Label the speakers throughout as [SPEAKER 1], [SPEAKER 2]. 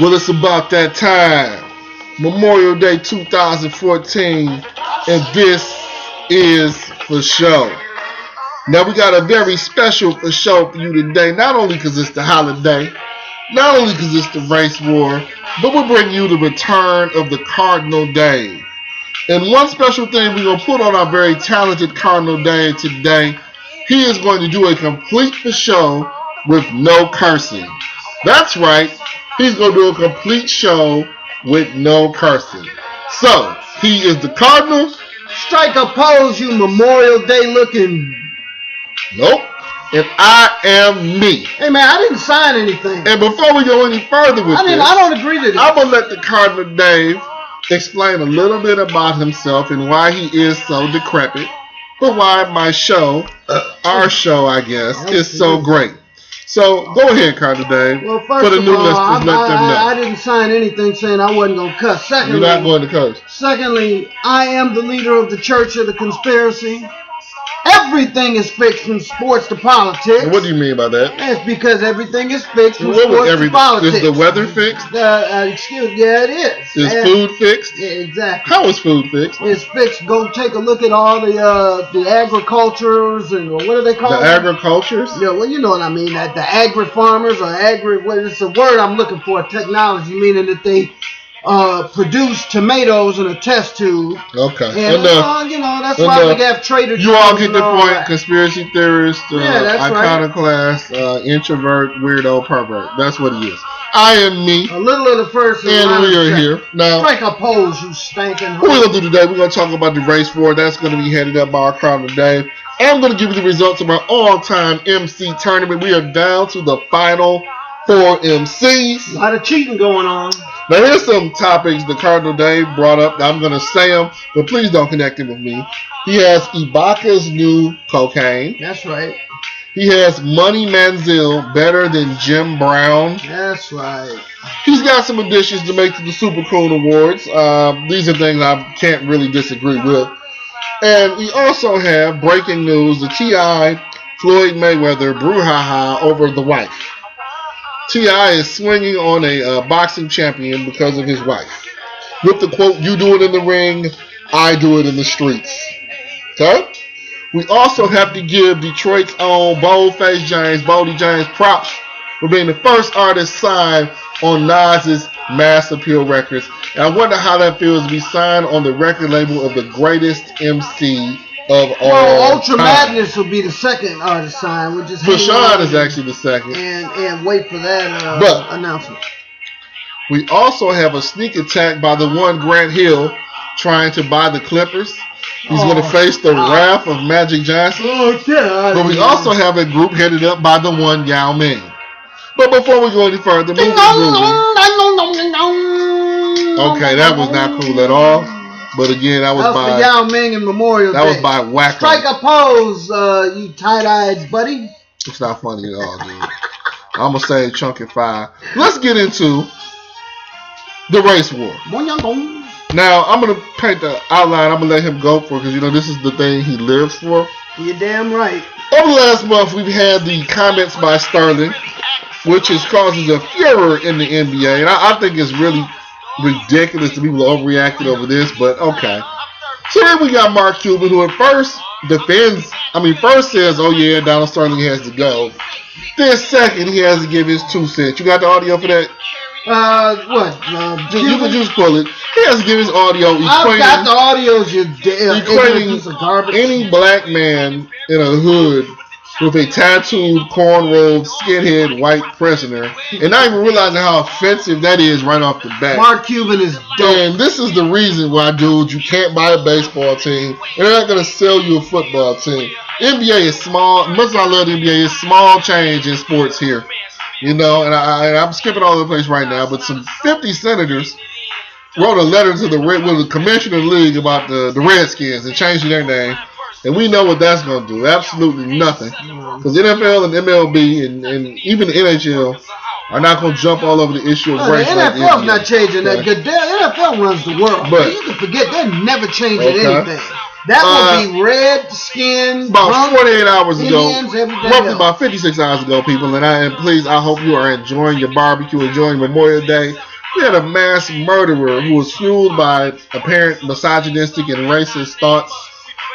[SPEAKER 1] Well, it's about that time. Memorial Day 2014, and this is for sure. Now, we got a very special for show for you today, not only because it's the holiday, not only because it's the race war, but we bring you the return of the Cardinal Dave. And one special thing we're going to put on our very talented Cardinal Dave today, he is going to do a complete for show with no cursing. That's right, he's going to do a complete show with no cursing. So, he is the Cardinal.
[SPEAKER 2] Strike a pose, you Memorial Day looking.
[SPEAKER 1] Nope. And I am me.
[SPEAKER 2] Hey man, I didn't sign anything.
[SPEAKER 1] And before we go any further with
[SPEAKER 2] I
[SPEAKER 1] this,
[SPEAKER 2] didn't. I don't agree to this.
[SPEAKER 1] I'm gonna let the Cardinal Dave explain a little bit about himself and why he is so decrepit, but why my show, our show, I guess, is so great. So go ahead, Cardinal Dave.
[SPEAKER 2] Well, first
[SPEAKER 1] For the
[SPEAKER 2] of
[SPEAKER 1] new
[SPEAKER 2] all, I,
[SPEAKER 1] listeners, let
[SPEAKER 2] I-
[SPEAKER 1] them know.
[SPEAKER 2] I- I didn't sign anything saying I wasn't gonna cuss.
[SPEAKER 1] You're
[SPEAKER 2] Secondly,
[SPEAKER 1] not going to coach.
[SPEAKER 2] secondly, I am the leader of the Church of the Conspiracy. Everything is fixed from sports to politics.
[SPEAKER 1] What do you mean by that?
[SPEAKER 2] That's because everything is fixed from
[SPEAKER 1] What was
[SPEAKER 2] sports
[SPEAKER 1] every?
[SPEAKER 2] to politics.
[SPEAKER 1] Is the weather fixed?
[SPEAKER 2] Uh, uh, excuse, yeah, it is.
[SPEAKER 1] Is
[SPEAKER 2] And-
[SPEAKER 1] food fixed?
[SPEAKER 2] Yeah, exactly.
[SPEAKER 1] How is food fixed?
[SPEAKER 2] It's fixed. Go take a look at all the uh, the agricultures and what do they
[SPEAKER 1] The
[SPEAKER 2] call them?
[SPEAKER 1] agricultures?
[SPEAKER 2] Yeah, well, you know what I mean. That the agri farmers or agri, what it's a word I'm looking for. Technology meaning that they uh, produce tomatoes in a test tube.
[SPEAKER 1] Okay.
[SPEAKER 2] And that's
[SPEAKER 1] Enough.
[SPEAKER 2] all, you know, that's why
[SPEAKER 1] Enough.
[SPEAKER 2] we have Trader
[SPEAKER 1] uh, You all
[SPEAKER 2] Joe's
[SPEAKER 1] get
[SPEAKER 2] and
[SPEAKER 1] the
[SPEAKER 2] all
[SPEAKER 1] point.
[SPEAKER 2] that.
[SPEAKER 1] Conspiracy theorist, uh,
[SPEAKER 2] Yeah, that's right.
[SPEAKER 1] iconoclast, uh, introvert, weirdo, pervert. That's what he is. I am me,
[SPEAKER 2] A little of the first,
[SPEAKER 1] and
[SPEAKER 2] lot
[SPEAKER 1] we
[SPEAKER 2] of
[SPEAKER 1] are
[SPEAKER 2] second.
[SPEAKER 1] here. Now,
[SPEAKER 2] Strike a pose, you stinking.
[SPEAKER 1] what we're
[SPEAKER 2] hoe.
[SPEAKER 1] going to do today, we're going to talk about the race war. That's going to be headed up by our crowd today. I'm going to give you the results of our all time MC tournament. We are down to the final four MCs.
[SPEAKER 2] A lot of cheating going on.
[SPEAKER 1] Now, here's some topics the Cardinal Dave brought up. I'm going to say them, but please don't connect it with me. He has Ibaka's new cocaine.
[SPEAKER 2] That's right.
[SPEAKER 1] He has Money Manziel better than Jim Brown.
[SPEAKER 2] That's right.
[SPEAKER 1] He's got some additions to make to the Super Cool Awards. Uh, these are things I can't really disagree with. And we also have breaking news the T.I. Floyd Mayweather brouhaha over the wife. T.I. is swinging on a uh, boxing champion because of his wife. With the quote, you do it in the ring, I do it in the streets. Okay? We also have to give Detroit's own Boldface James, Boldy James, props for being the first artist signed on Nas's Mass Appeal Records. And I wonder how that feels to be signed on the record label of the greatest MC of all
[SPEAKER 2] Well, Ultra
[SPEAKER 1] time.
[SPEAKER 2] Madness will be the second artist signed, which is uh,
[SPEAKER 1] Fashawn is actually the second.
[SPEAKER 2] and and wait for that uh,
[SPEAKER 1] But-
[SPEAKER 2] announcement.
[SPEAKER 1] We also have a sneak attack by the one Grant Hill trying to buy the Clippers. He's going to
[SPEAKER 2] Oh,
[SPEAKER 1] face the
[SPEAKER 2] God.
[SPEAKER 1] wrath of Magic Johnson.
[SPEAKER 2] Oh yeah.
[SPEAKER 1] But we also have a group headed up by the one Yao Ming. But before we go any further, moving, moving. Okay,
[SPEAKER 2] Okay,
[SPEAKER 1] that was not cool at all. But again, that was
[SPEAKER 2] That was for
[SPEAKER 1] by
[SPEAKER 2] Yao Ming and Memorial
[SPEAKER 1] that was
[SPEAKER 2] Day.
[SPEAKER 1] by Wacko.
[SPEAKER 2] Strike a pose, uh, you tight-eyed buddy.
[SPEAKER 1] It's not funny at all, dude. I'm gonna say chunky five. Let's get into the race war.
[SPEAKER 2] Boing-yong-boing.
[SPEAKER 1] Now I'm gonna paint the outline. I'm gonna let him go for because you know this is the thing he lives for.
[SPEAKER 2] You're damn right.
[SPEAKER 1] Over the last month, we've had the comments by Sterling, which is causes a furor in the NBA, and I, I think it's really ridiculous that people overreacted over this. But okay. So then we got Mark Cuban, who at first defends. I mean, first says, "Oh yeah, Donald Sterling has to go." Then second, he has to give his two cents. You got the audio for that?
[SPEAKER 2] Uh, what? Uh,
[SPEAKER 1] Ju- You
[SPEAKER 2] Cuban?
[SPEAKER 1] can just pull it. He has to give his audio.
[SPEAKER 2] I've
[SPEAKER 1] equating-
[SPEAKER 2] got the audios, you damn ignorant
[SPEAKER 1] equating
[SPEAKER 2] piece of garbage.
[SPEAKER 1] any black man in a hood with a tattooed, cornrowed, skinhead white prisoner, and not even realizing how offensive that is right off the bat.
[SPEAKER 2] Mark Cuban is dope.
[SPEAKER 1] and this is the reason why, dudes, you can't buy a baseball team, and they're not gonna sell you a football team. NBA is small. Much as I love the NBA, it's small change in sports here. You know, and, I, and I'm skipping all over the place right now, but some 50 senators wrote a letter to the Red, well, the commissioner of the league about the, the Redskins and changing their name. And we know what that's going to do. Absolutely nothing. Because NFL and MLB and, and even the NHL are not going to jump all over the issue of
[SPEAKER 2] No, the
[SPEAKER 1] race. like
[SPEAKER 2] NFL's
[SPEAKER 1] NBA.
[SPEAKER 2] not changing that.
[SPEAKER 1] Okay.
[SPEAKER 2] Good. The NFL runs the world.
[SPEAKER 1] But-
[SPEAKER 2] you can forget they're never changing
[SPEAKER 1] Okay.
[SPEAKER 2] anything. That
[SPEAKER 1] Uh,
[SPEAKER 2] would be red skin.
[SPEAKER 1] About
[SPEAKER 2] drunk
[SPEAKER 1] 48 hours ago,
[SPEAKER 2] Indians, everything
[SPEAKER 1] roughly
[SPEAKER 2] else.
[SPEAKER 1] about 56 hours ago, people, and I and please, I hope you are enjoying your barbecue, enjoying Memorial Day. We had a mass murderer who was fueled by apparent misogynistic and racist thoughts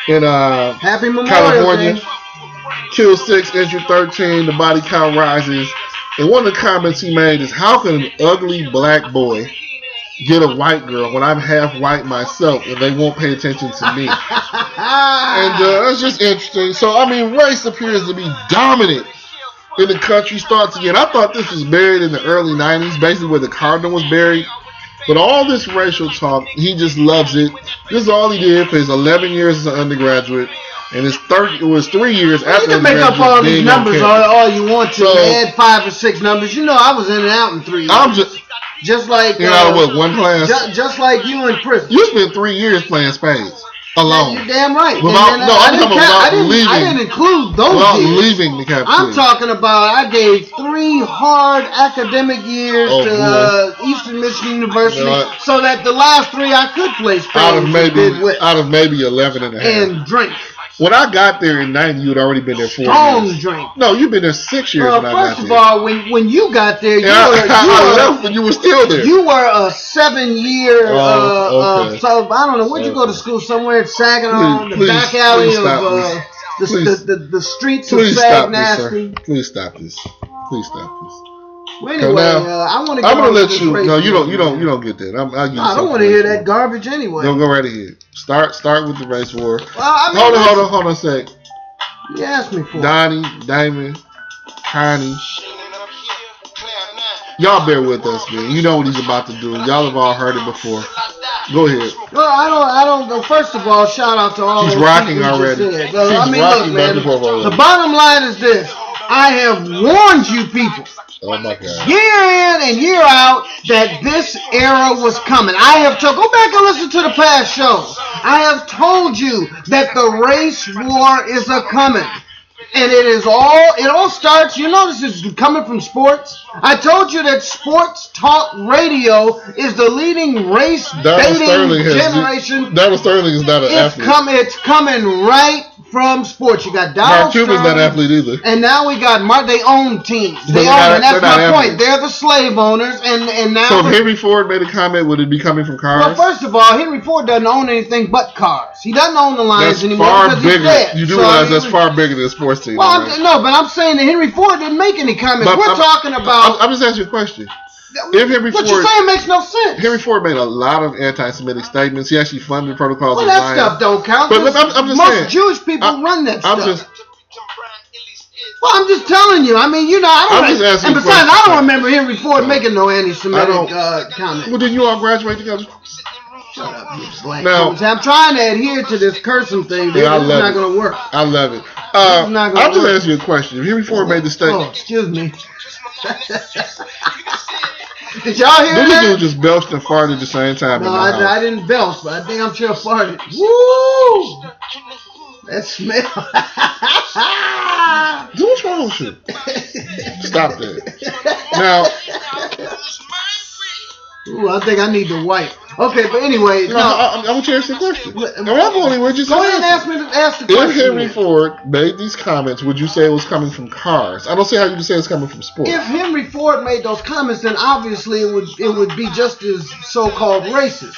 [SPEAKER 1] in uh,
[SPEAKER 2] Happy Memorial
[SPEAKER 1] California.
[SPEAKER 2] Day.
[SPEAKER 1] Killed six, injured 13. The body count rises. And one of the comments he made is, "How can an ugly black boy get a white girl when I'm half white myself and they won't pay attention to me?" and uh, that's just interesting. So I mean, race appears to be dominant in the country. Starts again. I thought this was buried in the early '90s, basically where the Cardinal was buried. But all this racial talk, he just loves it. This is all he did for his 11 years as an undergraduate, and his 30 it was three years after.
[SPEAKER 2] you can make up all these
[SPEAKER 1] being on
[SPEAKER 2] numbers all,
[SPEAKER 1] campus.
[SPEAKER 2] all you want to.
[SPEAKER 1] So-
[SPEAKER 2] add five or six numbers. You know, I was in and out in three.
[SPEAKER 1] I'm
[SPEAKER 2] years.
[SPEAKER 1] just
[SPEAKER 2] just like
[SPEAKER 1] you know
[SPEAKER 2] uh,
[SPEAKER 1] what one class.
[SPEAKER 2] ju- just like you in prison.
[SPEAKER 1] You spent three years playing spades alone
[SPEAKER 2] You're damn right. And
[SPEAKER 1] Without-
[SPEAKER 2] then
[SPEAKER 1] no,
[SPEAKER 2] I,
[SPEAKER 1] I'm
[SPEAKER 2] I didn't
[SPEAKER 1] talking
[SPEAKER 2] count- I
[SPEAKER 1] about
[SPEAKER 2] didn't, I
[SPEAKER 1] leaving.
[SPEAKER 2] didn't include those
[SPEAKER 1] without
[SPEAKER 2] years.
[SPEAKER 1] leaving the cafeteria.
[SPEAKER 2] Oh, I'm talking about I gave three hard academic years
[SPEAKER 1] Oh,
[SPEAKER 2] to
[SPEAKER 1] boy.
[SPEAKER 2] uh, Eastern Michigan University
[SPEAKER 1] You know what?
[SPEAKER 2] so that the last three I could play
[SPEAKER 1] out
[SPEAKER 2] spades
[SPEAKER 1] of
[SPEAKER 2] and
[SPEAKER 1] maybe
[SPEAKER 2] did with-
[SPEAKER 1] out of maybe 11 and a half.
[SPEAKER 2] and drink.
[SPEAKER 1] When I got there in '90, you'd already been there four
[SPEAKER 2] Strong
[SPEAKER 1] years.
[SPEAKER 2] drink.
[SPEAKER 1] No, you've been there six years.
[SPEAKER 2] Well,
[SPEAKER 1] when I got
[SPEAKER 2] first of
[SPEAKER 1] there.
[SPEAKER 2] all, when, when you got there, you
[SPEAKER 1] and I,
[SPEAKER 2] were,
[SPEAKER 1] I
[SPEAKER 2] you were
[SPEAKER 1] left, and you were still there.
[SPEAKER 2] You were a seven year,
[SPEAKER 1] Oh,
[SPEAKER 2] uh,
[SPEAKER 1] okay.
[SPEAKER 2] uh, so I don't know, where'd you go to school? Somewhere in Saginaw,
[SPEAKER 1] Please-
[SPEAKER 2] the
[SPEAKER 1] please-
[SPEAKER 2] back alley
[SPEAKER 1] please
[SPEAKER 2] of
[SPEAKER 1] stop
[SPEAKER 2] uh,
[SPEAKER 1] this.
[SPEAKER 2] the,
[SPEAKER 1] Please.
[SPEAKER 2] the, the, the streets of
[SPEAKER 1] Please
[SPEAKER 2] Sag
[SPEAKER 1] stop this,
[SPEAKER 2] Nasty.
[SPEAKER 1] sir. Please stop this. Please stop this.
[SPEAKER 2] Well, anyway,
[SPEAKER 1] now,
[SPEAKER 2] uh, I want to
[SPEAKER 1] I'm gonna let you. No, you don't. You don't. You don't get that. I'm, I'll give you
[SPEAKER 2] I don't
[SPEAKER 1] something
[SPEAKER 2] want to hear
[SPEAKER 1] later.
[SPEAKER 2] that garbage anyway.
[SPEAKER 1] No, go right ahead. Start. Start with the race war.
[SPEAKER 2] well, I mean,
[SPEAKER 1] Hold on. Hold on. Hold on a sec.
[SPEAKER 2] You asked me for it.
[SPEAKER 1] Donnie, Damon, Connie. Y'all bear with us, man. You know what he's about to do. Y'all have all heard it before. Go ahead.
[SPEAKER 2] Well, I don't, I don't. Well, first of all, shout out to all.
[SPEAKER 1] He's
[SPEAKER 2] those
[SPEAKER 1] rocking
[SPEAKER 2] people you just
[SPEAKER 1] already.
[SPEAKER 2] said. Well,
[SPEAKER 1] He's
[SPEAKER 2] I mean,
[SPEAKER 1] rocking
[SPEAKER 2] look,
[SPEAKER 1] back
[SPEAKER 2] man.
[SPEAKER 1] and forth already.
[SPEAKER 2] The bottom line is this: I have warned you, people.
[SPEAKER 1] Oh my God.
[SPEAKER 2] year in and year out that this era was coming. I have told go back and listen to the past shows. I have told you that the race war is a coming. And it is all it all starts, you know this is coming from sports. I told you that sports talk radio is the leading race
[SPEAKER 1] Donald Sterling
[SPEAKER 2] dating
[SPEAKER 1] has.
[SPEAKER 2] generation.
[SPEAKER 1] Donald Sterling is not an
[SPEAKER 2] It's
[SPEAKER 1] athlete.
[SPEAKER 2] coming it's coming right from sports. You got Donald
[SPEAKER 1] Mark Cuban's not an
[SPEAKER 2] Sterling.
[SPEAKER 1] athlete either.
[SPEAKER 2] And now we got Mar- they own teams.
[SPEAKER 1] But
[SPEAKER 2] They
[SPEAKER 1] they're
[SPEAKER 2] own,
[SPEAKER 1] not-
[SPEAKER 2] and that's
[SPEAKER 1] they're not
[SPEAKER 2] my
[SPEAKER 1] average.
[SPEAKER 2] point. They're the slave owners, and and now.
[SPEAKER 1] So if Henry Ford made a comment, would it be coming from
[SPEAKER 2] well,
[SPEAKER 1] cars?
[SPEAKER 2] first of all, Henry Ford doesn't own anything but cars. He doesn't own the Lions
[SPEAKER 1] that's
[SPEAKER 2] anymore
[SPEAKER 1] far
[SPEAKER 2] because
[SPEAKER 1] bigger.
[SPEAKER 2] he's dead.
[SPEAKER 1] You do
[SPEAKER 2] So, I
[SPEAKER 1] realize
[SPEAKER 2] mean,
[SPEAKER 1] that's far bigger than a sports team.
[SPEAKER 2] Well,
[SPEAKER 1] right?
[SPEAKER 2] I'm, no, but I'm saying that Henry Ford didn't make any comments.
[SPEAKER 1] But
[SPEAKER 2] We're
[SPEAKER 1] I'm-
[SPEAKER 2] talking
[SPEAKER 1] I'm,
[SPEAKER 2] about
[SPEAKER 1] I'm just asking you a question. If Henry
[SPEAKER 2] what
[SPEAKER 1] Ford,
[SPEAKER 2] you're saying makes no sense.
[SPEAKER 1] Henry Ford made a lot of anti-Semitic statements. He actually funded protocols.
[SPEAKER 2] well,
[SPEAKER 1] of
[SPEAKER 2] that
[SPEAKER 1] violence.
[SPEAKER 2] stuff don't count.
[SPEAKER 1] But look,
[SPEAKER 2] because
[SPEAKER 1] I'm- I'm just
[SPEAKER 2] most
[SPEAKER 1] saying.
[SPEAKER 2] Jewish people
[SPEAKER 1] I-
[SPEAKER 2] run that
[SPEAKER 1] I'm
[SPEAKER 2] stuff.
[SPEAKER 1] just,
[SPEAKER 2] well, I'm just telling you. I mean, you know, I don't.
[SPEAKER 1] I'm just asking
[SPEAKER 2] and
[SPEAKER 1] you a
[SPEAKER 2] besides, I
[SPEAKER 1] question.
[SPEAKER 2] don't remember Henry Ford
[SPEAKER 1] Uh,
[SPEAKER 2] making no
[SPEAKER 1] I don't-
[SPEAKER 2] anti-Semitic uh, comments.
[SPEAKER 1] well, did you all graduate together?
[SPEAKER 2] Shut up, you black.
[SPEAKER 1] Now-
[SPEAKER 2] See, I'm trying to adhere to this cursing thing, but
[SPEAKER 1] Yeah, I
[SPEAKER 2] it's
[SPEAKER 1] love
[SPEAKER 2] not
[SPEAKER 1] it.
[SPEAKER 2] going to work.
[SPEAKER 1] I love it.
[SPEAKER 2] It's
[SPEAKER 1] Uh,
[SPEAKER 2] not gonna
[SPEAKER 1] I'm just
[SPEAKER 2] work.
[SPEAKER 1] asking you a question. If Henry Ford made the
[SPEAKER 2] Oh,
[SPEAKER 1] statement,
[SPEAKER 2] excuse me. Did y'all hear
[SPEAKER 1] did this dude
[SPEAKER 2] that?
[SPEAKER 1] just belched and farted at the same time?
[SPEAKER 2] No,
[SPEAKER 1] in the
[SPEAKER 2] I, I
[SPEAKER 1] house?
[SPEAKER 2] didn't belch, but I damn sure farted. Woo! That smell.
[SPEAKER 1] Dude, what's wrong with you? Stop that. Now,
[SPEAKER 2] Ooh, I think I need to wipe. Okay, but anyway,
[SPEAKER 1] no, uh, I,
[SPEAKER 2] no.
[SPEAKER 1] I, I want you to ask the question.
[SPEAKER 2] What-
[SPEAKER 1] No, I'm going anywhere. Just
[SPEAKER 2] Go ahead and
[SPEAKER 1] answer.
[SPEAKER 2] ask me to ask the
[SPEAKER 1] If
[SPEAKER 2] question.
[SPEAKER 1] Henry
[SPEAKER 2] then.
[SPEAKER 1] Ford made these comments, would you say it was coming from cars? I don't see how you can say it's coming from sports.
[SPEAKER 2] If Henry Ford made those comments, then obviously it would it would be just as so-called racist.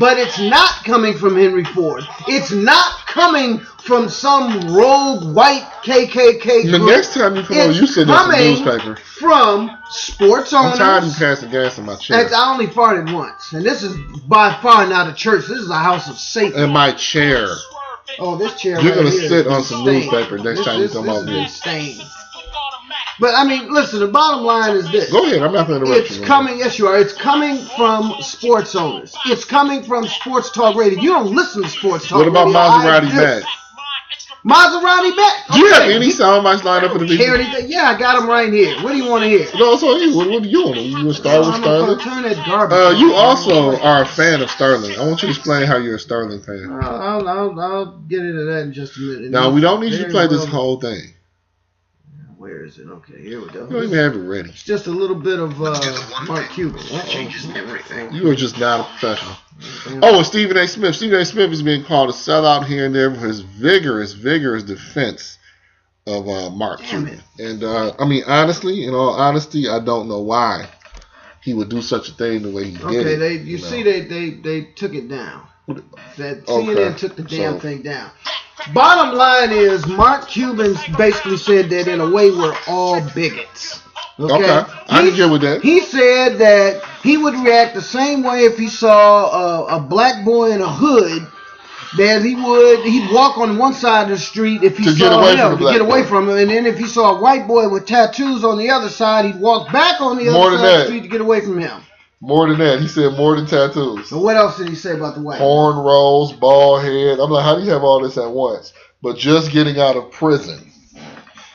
[SPEAKER 2] But it's not coming from Henry Ford. It's not coming from some rogue white KKK
[SPEAKER 1] the
[SPEAKER 2] group.
[SPEAKER 1] next time you come over,
[SPEAKER 2] It's
[SPEAKER 1] you send us a
[SPEAKER 2] coming
[SPEAKER 1] newspaper.
[SPEAKER 2] from sports
[SPEAKER 1] I'm tired of you
[SPEAKER 2] owners.
[SPEAKER 1] passing gas in my chair.
[SPEAKER 2] That's, I only farted once, and this is by far not a church. This is a house of Satan.
[SPEAKER 1] In my chair.
[SPEAKER 2] Oh, this chair.
[SPEAKER 1] Um, You're
[SPEAKER 2] right
[SPEAKER 1] gonna
[SPEAKER 2] here is
[SPEAKER 1] sit on some
[SPEAKER 2] insane.
[SPEAKER 1] newspaper next
[SPEAKER 2] This-
[SPEAKER 1] time you
[SPEAKER 2] this-
[SPEAKER 1] come
[SPEAKER 2] this
[SPEAKER 1] over
[SPEAKER 2] is
[SPEAKER 1] here.
[SPEAKER 2] insane. But I mean, listen. The bottom line is this:
[SPEAKER 1] Go ahead. I'm not going to interrupt
[SPEAKER 2] It's
[SPEAKER 1] you. man.
[SPEAKER 2] coming, yes, you are. It's coming from sports owners. It's coming from sports talk radio. You don't listen to sports talk
[SPEAKER 1] What about
[SPEAKER 2] radio. I
[SPEAKER 1] Maserati
[SPEAKER 2] do.
[SPEAKER 1] back?
[SPEAKER 2] Maserati back.
[SPEAKER 1] Do you have any sound bites lined up for the
[SPEAKER 2] Care
[SPEAKER 1] video?
[SPEAKER 2] anything? Yeah, I got him right here. What do you want to hear?
[SPEAKER 1] No, so you. What, what do you want? You a Star Wars
[SPEAKER 2] I'm gonna
[SPEAKER 1] Starling?
[SPEAKER 2] turn that garbage.
[SPEAKER 1] Uh, you
[SPEAKER 2] off.
[SPEAKER 1] also are a fan of Sterling. I want you to explain how you're a Sterling fan.
[SPEAKER 2] I'll, I'll, I'll, I'll get into that in just a minute.
[SPEAKER 1] Now we don't need you to
[SPEAKER 2] Very
[SPEAKER 1] play this
[SPEAKER 2] well-
[SPEAKER 1] whole thing.
[SPEAKER 2] Where is it? Okay, here we go.
[SPEAKER 1] You don't even have it ready.
[SPEAKER 2] It's just a little bit of uh,
[SPEAKER 3] do the one
[SPEAKER 2] Mark
[SPEAKER 3] thing
[SPEAKER 2] Cuban.
[SPEAKER 3] that changes everything.
[SPEAKER 1] You are just not a professional. Oh, and Stephen A. Smith. Stephen A. Smith is being called a sellout here and there for his vigorous, vigorous defense of uh, Mark
[SPEAKER 2] Damn
[SPEAKER 1] Cuban. And uh, I mean, honestly, in all honesty, I don't know why he would do such a thing the way he did.
[SPEAKER 2] Okay,
[SPEAKER 1] it,
[SPEAKER 2] they you
[SPEAKER 1] know.
[SPEAKER 2] see they they they took it down. That
[SPEAKER 1] Okay,
[SPEAKER 2] CNN took the damn
[SPEAKER 1] so-
[SPEAKER 2] thing down. Bottom line is Mark Cuban basically said that in a way we're all bigots. Okay,
[SPEAKER 1] Okay, I
[SPEAKER 2] He-
[SPEAKER 1] can get with that.
[SPEAKER 2] He said that he would react the same way if he saw a, a black boy in a hood. That he would, he'd walk on one side of the street if he
[SPEAKER 1] To get
[SPEAKER 2] saw
[SPEAKER 1] away
[SPEAKER 2] him
[SPEAKER 1] from the
[SPEAKER 2] to
[SPEAKER 1] black
[SPEAKER 2] get away
[SPEAKER 1] boy.
[SPEAKER 2] from him, and then if he saw a white boy with tattoos on the other side, he'd walk back on the
[SPEAKER 1] More
[SPEAKER 2] other
[SPEAKER 1] than
[SPEAKER 2] side of the
[SPEAKER 1] that.
[SPEAKER 2] street to get away from him.
[SPEAKER 1] more than that, he said more than tattoos.
[SPEAKER 2] So what else did he say about the white? boy?
[SPEAKER 1] Horn rolls, bald head. I'm like, how do you have all this at once? But just getting out of prison,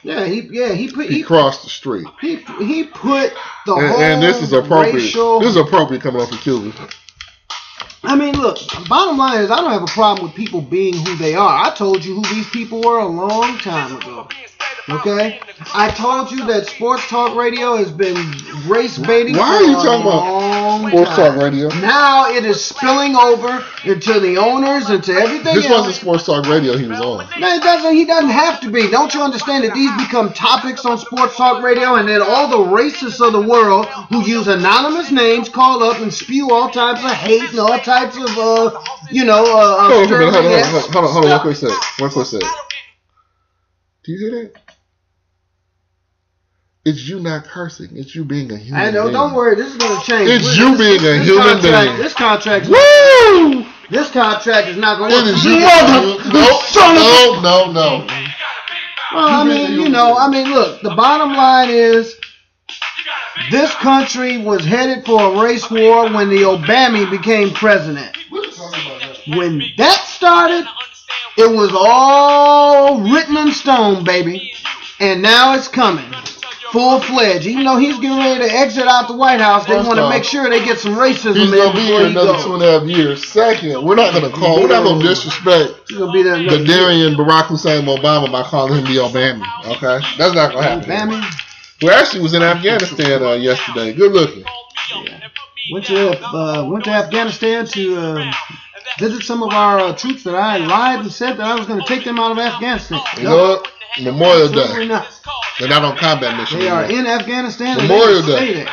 [SPEAKER 2] Yeah, he yeah he put
[SPEAKER 1] he
[SPEAKER 2] he
[SPEAKER 1] crossed the street.
[SPEAKER 2] he, he put the
[SPEAKER 1] And,
[SPEAKER 2] whole
[SPEAKER 1] and this is appropriate.
[SPEAKER 2] racial.
[SPEAKER 1] This is appropriate coming off of Cuban.
[SPEAKER 2] I mean, look. Bottom line is, I don't have a problem with people being who they are. I told you who these people were a long time ago. Okay, I told you that sports talk radio has been race baiting.
[SPEAKER 1] Why are
[SPEAKER 2] for
[SPEAKER 1] you
[SPEAKER 2] a
[SPEAKER 1] talking about
[SPEAKER 2] long
[SPEAKER 1] Sports
[SPEAKER 2] time.
[SPEAKER 1] Talk Radio.
[SPEAKER 2] Now it is spilling over into the owners, into everything
[SPEAKER 1] This
[SPEAKER 2] else.
[SPEAKER 1] wasn't Sports Talk Radio he was on.
[SPEAKER 2] No, it doesn't. He doesn't have to be. Don't you understand that these become topics on sports talk radio, and then all the racists of the world who use anonymous names call up and spew all types of hate and all types of, uh, you know, uh, uh,
[SPEAKER 1] Hold on, hold on, hold
[SPEAKER 2] stirring
[SPEAKER 1] on,
[SPEAKER 2] ass.
[SPEAKER 1] hold on, hold on, one quick sec. One quick sec. Do you hear that? It's you not cursing. It's you being a human.
[SPEAKER 2] I know.
[SPEAKER 1] being.
[SPEAKER 2] Don't worry. This is going to change.
[SPEAKER 1] It's
[SPEAKER 2] This-
[SPEAKER 1] you
[SPEAKER 2] this-
[SPEAKER 1] being a
[SPEAKER 2] this
[SPEAKER 1] human
[SPEAKER 2] contract,
[SPEAKER 1] being.
[SPEAKER 2] This contract.
[SPEAKER 1] Woo!
[SPEAKER 2] This contract is not going to work.
[SPEAKER 1] It is you.
[SPEAKER 2] Mother-
[SPEAKER 1] no,
[SPEAKER 2] son of a-
[SPEAKER 1] no, no, no.
[SPEAKER 2] Well, I mean, you know, I mean, look. The bottom line is. This country was headed for a race war when the Obama became president. When that started, it was all written in stone, baby. And now it's coming. Full fledged. Even though he's getting ready to exit out the White House, they
[SPEAKER 1] First
[SPEAKER 2] want to
[SPEAKER 1] off,
[SPEAKER 2] make sure they get some racism
[SPEAKER 1] He's
[SPEAKER 2] in
[SPEAKER 1] gonna be
[SPEAKER 2] before
[SPEAKER 1] here
[SPEAKER 2] he
[SPEAKER 1] another two and
[SPEAKER 2] goes.
[SPEAKER 1] a half years. Second, we're not gonna call. We're not gonna disrespect
[SPEAKER 2] He's gonna be there
[SPEAKER 1] the
[SPEAKER 2] another
[SPEAKER 1] Darian Barack Hussein Obama by calling him the Obama. Okay, that's not gonna happen.
[SPEAKER 2] Obama.
[SPEAKER 1] We actually was in Afghanistan uh, yesterday. Good looking.
[SPEAKER 2] Went to uh, went to Afghanistan to uh, visit some of our uh, troops that I lied and said that I was going to take them out of Afghanistan.
[SPEAKER 1] You know
[SPEAKER 2] Nope.
[SPEAKER 1] what? Memorial Day.
[SPEAKER 2] Absolutely not.
[SPEAKER 1] They're not on combat mission.
[SPEAKER 2] They are
[SPEAKER 1] anymore.
[SPEAKER 2] in Afghanistan.
[SPEAKER 1] Memorial
[SPEAKER 2] and they
[SPEAKER 1] Day.
[SPEAKER 2] stay there.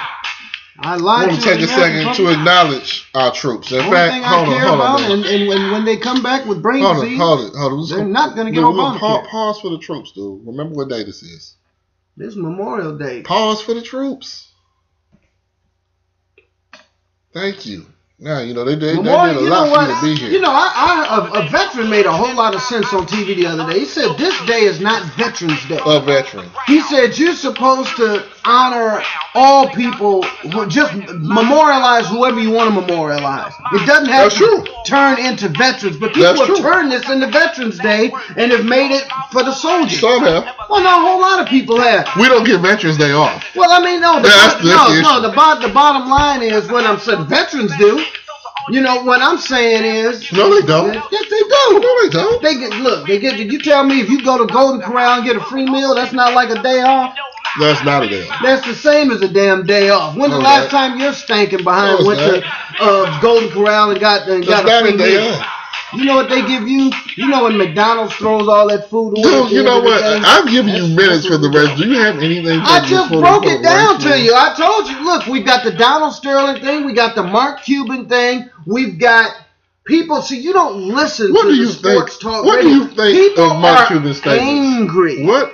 [SPEAKER 2] I
[SPEAKER 1] I
[SPEAKER 2] lied
[SPEAKER 1] want
[SPEAKER 2] to
[SPEAKER 1] to take
[SPEAKER 2] the
[SPEAKER 1] a second
[SPEAKER 2] American
[SPEAKER 1] to
[SPEAKER 2] public.
[SPEAKER 1] acknowledge our troops. In
[SPEAKER 2] Only
[SPEAKER 1] fact,
[SPEAKER 2] thing
[SPEAKER 1] hold
[SPEAKER 2] I
[SPEAKER 1] on,
[SPEAKER 2] care
[SPEAKER 1] hold
[SPEAKER 2] about,
[SPEAKER 1] on, man.
[SPEAKER 2] and, and when, when they come back with brain
[SPEAKER 1] hold on,
[SPEAKER 2] disease,
[SPEAKER 1] hold it, hold it. Let's-
[SPEAKER 2] they're not gonna get
[SPEAKER 1] Dude, we're
[SPEAKER 2] Obamacare.
[SPEAKER 1] pa- Pause for the troops, dude. Remember what day this is.
[SPEAKER 2] this Memorial Day.
[SPEAKER 1] Pause for the troops. Thank you. Now you know they did. They, did
[SPEAKER 2] Memorial,
[SPEAKER 1] a
[SPEAKER 2] you know
[SPEAKER 1] lot
[SPEAKER 2] what?
[SPEAKER 1] for you to be
[SPEAKER 2] You
[SPEAKER 1] here.
[SPEAKER 2] know, I, I a, a veteran made a whole lot of sense on TV the other day. He said this day is not Veterans Day.
[SPEAKER 1] a veteran.
[SPEAKER 2] He said you're supposed to honor all people, who just memorialize whoever you want to memorialize. It doesn't have
[SPEAKER 1] That's
[SPEAKER 2] to
[SPEAKER 1] true.
[SPEAKER 2] turn into veterans, but people
[SPEAKER 1] That's
[SPEAKER 2] have
[SPEAKER 1] true.
[SPEAKER 2] turned this into Veterans Day and have made it for the soldiers.
[SPEAKER 1] Some have.
[SPEAKER 2] Well, not a whole lot of people have.
[SPEAKER 1] We don't get veterans day off.
[SPEAKER 2] Well, I mean, no, the,
[SPEAKER 1] That's-
[SPEAKER 2] bo-
[SPEAKER 1] that's the
[SPEAKER 2] no,
[SPEAKER 1] issue.
[SPEAKER 2] no. The, bo- the bottom line is what I'm saying. Veterans do. You know what I'm saying is
[SPEAKER 1] No, they don't.
[SPEAKER 2] yes, they do.
[SPEAKER 1] No, they don't.
[SPEAKER 2] They get look. They get. You tell me if you go to Golden Corral and get a free meal, that's not like a day off.
[SPEAKER 1] That's not a day. off.
[SPEAKER 2] That's the same as a damn day off. When's the
[SPEAKER 1] No, Oh,
[SPEAKER 2] last
[SPEAKER 1] that-
[SPEAKER 2] time you're stanking behind
[SPEAKER 1] No,
[SPEAKER 2] went
[SPEAKER 1] that-
[SPEAKER 2] to uh, Golden Corral and got and
[SPEAKER 1] That's
[SPEAKER 2] got a
[SPEAKER 1] not a
[SPEAKER 2] free
[SPEAKER 1] day
[SPEAKER 2] meal?
[SPEAKER 1] off.
[SPEAKER 2] You know what they give you? You know when McDonald's throws all that food away? at
[SPEAKER 1] Dude,
[SPEAKER 2] the
[SPEAKER 1] you
[SPEAKER 2] end
[SPEAKER 1] know
[SPEAKER 2] of the
[SPEAKER 1] what?
[SPEAKER 2] day?
[SPEAKER 1] I'm giving you
[SPEAKER 2] That's-
[SPEAKER 1] minutes
[SPEAKER 2] that's
[SPEAKER 1] for
[SPEAKER 2] what
[SPEAKER 1] the
[SPEAKER 2] we do.
[SPEAKER 1] rest. Do you have anything? for
[SPEAKER 2] I
[SPEAKER 1] the
[SPEAKER 2] just
[SPEAKER 1] quote,
[SPEAKER 2] broke
[SPEAKER 1] unquote,
[SPEAKER 2] it down
[SPEAKER 1] racial-
[SPEAKER 2] to you. I told you. Look, we've got the Donald Sterling thing. We got the Mark Cuban thing. We've got people. See, you don't listen
[SPEAKER 1] What
[SPEAKER 2] to
[SPEAKER 1] do
[SPEAKER 2] the
[SPEAKER 1] you
[SPEAKER 2] sports
[SPEAKER 1] think-
[SPEAKER 2] talk.
[SPEAKER 1] what do
[SPEAKER 2] radio.
[SPEAKER 1] you think
[SPEAKER 2] people
[SPEAKER 1] of Mark
[SPEAKER 2] are
[SPEAKER 1] Cuban's statements?
[SPEAKER 2] Angry.
[SPEAKER 1] What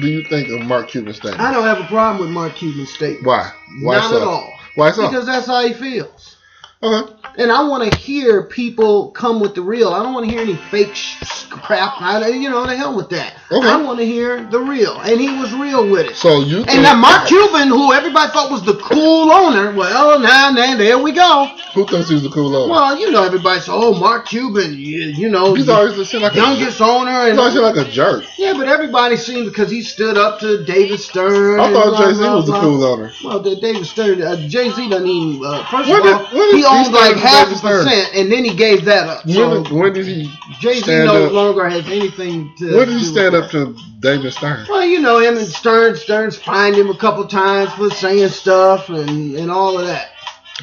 [SPEAKER 1] do you think of Mark Cuban's statement?
[SPEAKER 2] I don't have a problem with Mark Cuban's statement.
[SPEAKER 1] Why? Why
[SPEAKER 2] Not
[SPEAKER 1] so?
[SPEAKER 2] at all.
[SPEAKER 1] Why so?
[SPEAKER 2] Because that's how he feels.
[SPEAKER 1] okay.
[SPEAKER 2] And I want to hear people come with the real. I don't want to hear any fake sh- sh- crap. I, you know, the hell with that.
[SPEAKER 1] Okay.
[SPEAKER 2] I want to hear the real. And he was real with it.
[SPEAKER 1] So you think,
[SPEAKER 2] And now Mark Cuban, who everybody thought was the cool owner, well, now, now, there we go.
[SPEAKER 1] who thinks he's the cool owner?
[SPEAKER 2] Well, you know, everybody said, oh, Mark Cuban, you, you know,
[SPEAKER 1] he's always the shit like
[SPEAKER 2] youngest owner.
[SPEAKER 1] A, he's always
[SPEAKER 2] And,
[SPEAKER 1] shit like a jerk.
[SPEAKER 2] yeah, but everybody seemed because he stood up to David Stern.
[SPEAKER 1] I
[SPEAKER 2] and
[SPEAKER 1] thought
[SPEAKER 2] blah,
[SPEAKER 1] Jay Z
[SPEAKER 2] blah,
[SPEAKER 1] was the
[SPEAKER 2] blah.
[SPEAKER 1] cool owner.
[SPEAKER 2] Well, the David Stern, uh, Jay Z doesn't even. Uh, first
[SPEAKER 1] What
[SPEAKER 2] of
[SPEAKER 1] did-
[SPEAKER 2] all,
[SPEAKER 1] what did
[SPEAKER 2] he
[SPEAKER 1] Jay-Z These
[SPEAKER 2] owned like
[SPEAKER 1] niggas
[SPEAKER 2] half a
[SPEAKER 1] make mistakes.
[SPEAKER 2] percent, and then he gave that up.
[SPEAKER 1] When,
[SPEAKER 2] So
[SPEAKER 1] when did he?
[SPEAKER 2] Jay Z
[SPEAKER 1] stand
[SPEAKER 2] no
[SPEAKER 1] up?
[SPEAKER 2] longer has anything to.
[SPEAKER 1] When did he
[SPEAKER 2] do with
[SPEAKER 1] stand
[SPEAKER 2] that.
[SPEAKER 1] up to David Stern?
[SPEAKER 2] Well, you know him and Stern. Stern's fined him a couple times for saying stuff and and all of that.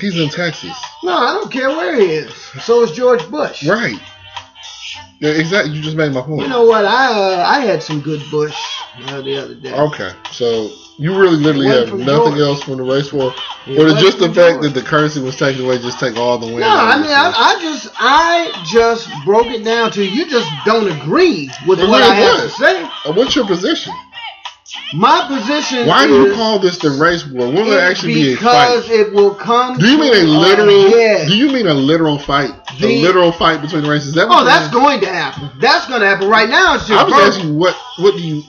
[SPEAKER 1] He's in Texas,
[SPEAKER 2] No, I don't care where he is. So is George Bush.
[SPEAKER 1] right? Yeah, exactly. You just made my point.
[SPEAKER 2] You know what? I uh, I had some good Bush uh, the other day.
[SPEAKER 1] Okay, so you really literally
[SPEAKER 2] One
[SPEAKER 1] have
[SPEAKER 2] from
[SPEAKER 1] nothing
[SPEAKER 2] Georgia.
[SPEAKER 1] else from the race war,
[SPEAKER 2] It
[SPEAKER 1] or
[SPEAKER 2] wasn't
[SPEAKER 1] just the
[SPEAKER 2] from
[SPEAKER 1] fact
[SPEAKER 2] Georgia.
[SPEAKER 1] that the currency was taken away, just take all the win.
[SPEAKER 2] No, I mean I, I just I just broke it down to you. Just don't agree with
[SPEAKER 1] But
[SPEAKER 2] what
[SPEAKER 1] wait,
[SPEAKER 2] I have
[SPEAKER 1] what?
[SPEAKER 2] to say.
[SPEAKER 1] what's your position?
[SPEAKER 2] My position.
[SPEAKER 1] Why do you
[SPEAKER 2] is-
[SPEAKER 1] call this the race war? Will it
[SPEAKER 2] It's
[SPEAKER 1] actually be a
[SPEAKER 2] because
[SPEAKER 1] fight?
[SPEAKER 2] it will come.
[SPEAKER 1] Do you
[SPEAKER 2] to
[SPEAKER 1] mean a literal?
[SPEAKER 2] yes.
[SPEAKER 1] Do you mean a literal fight?
[SPEAKER 2] The-
[SPEAKER 1] a literal fight between races? Is that what
[SPEAKER 2] Oh,
[SPEAKER 1] you're
[SPEAKER 2] that's
[SPEAKER 1] saying?
[SPEAKER 2] going to happen. That's going to happen right now. It's
[SPEAKER 1] I
[SPEAKER 2] just
[SPEAKER 1] was
[SPEAKER 2] verbal.
[SPEAKER 1] asking what what do you?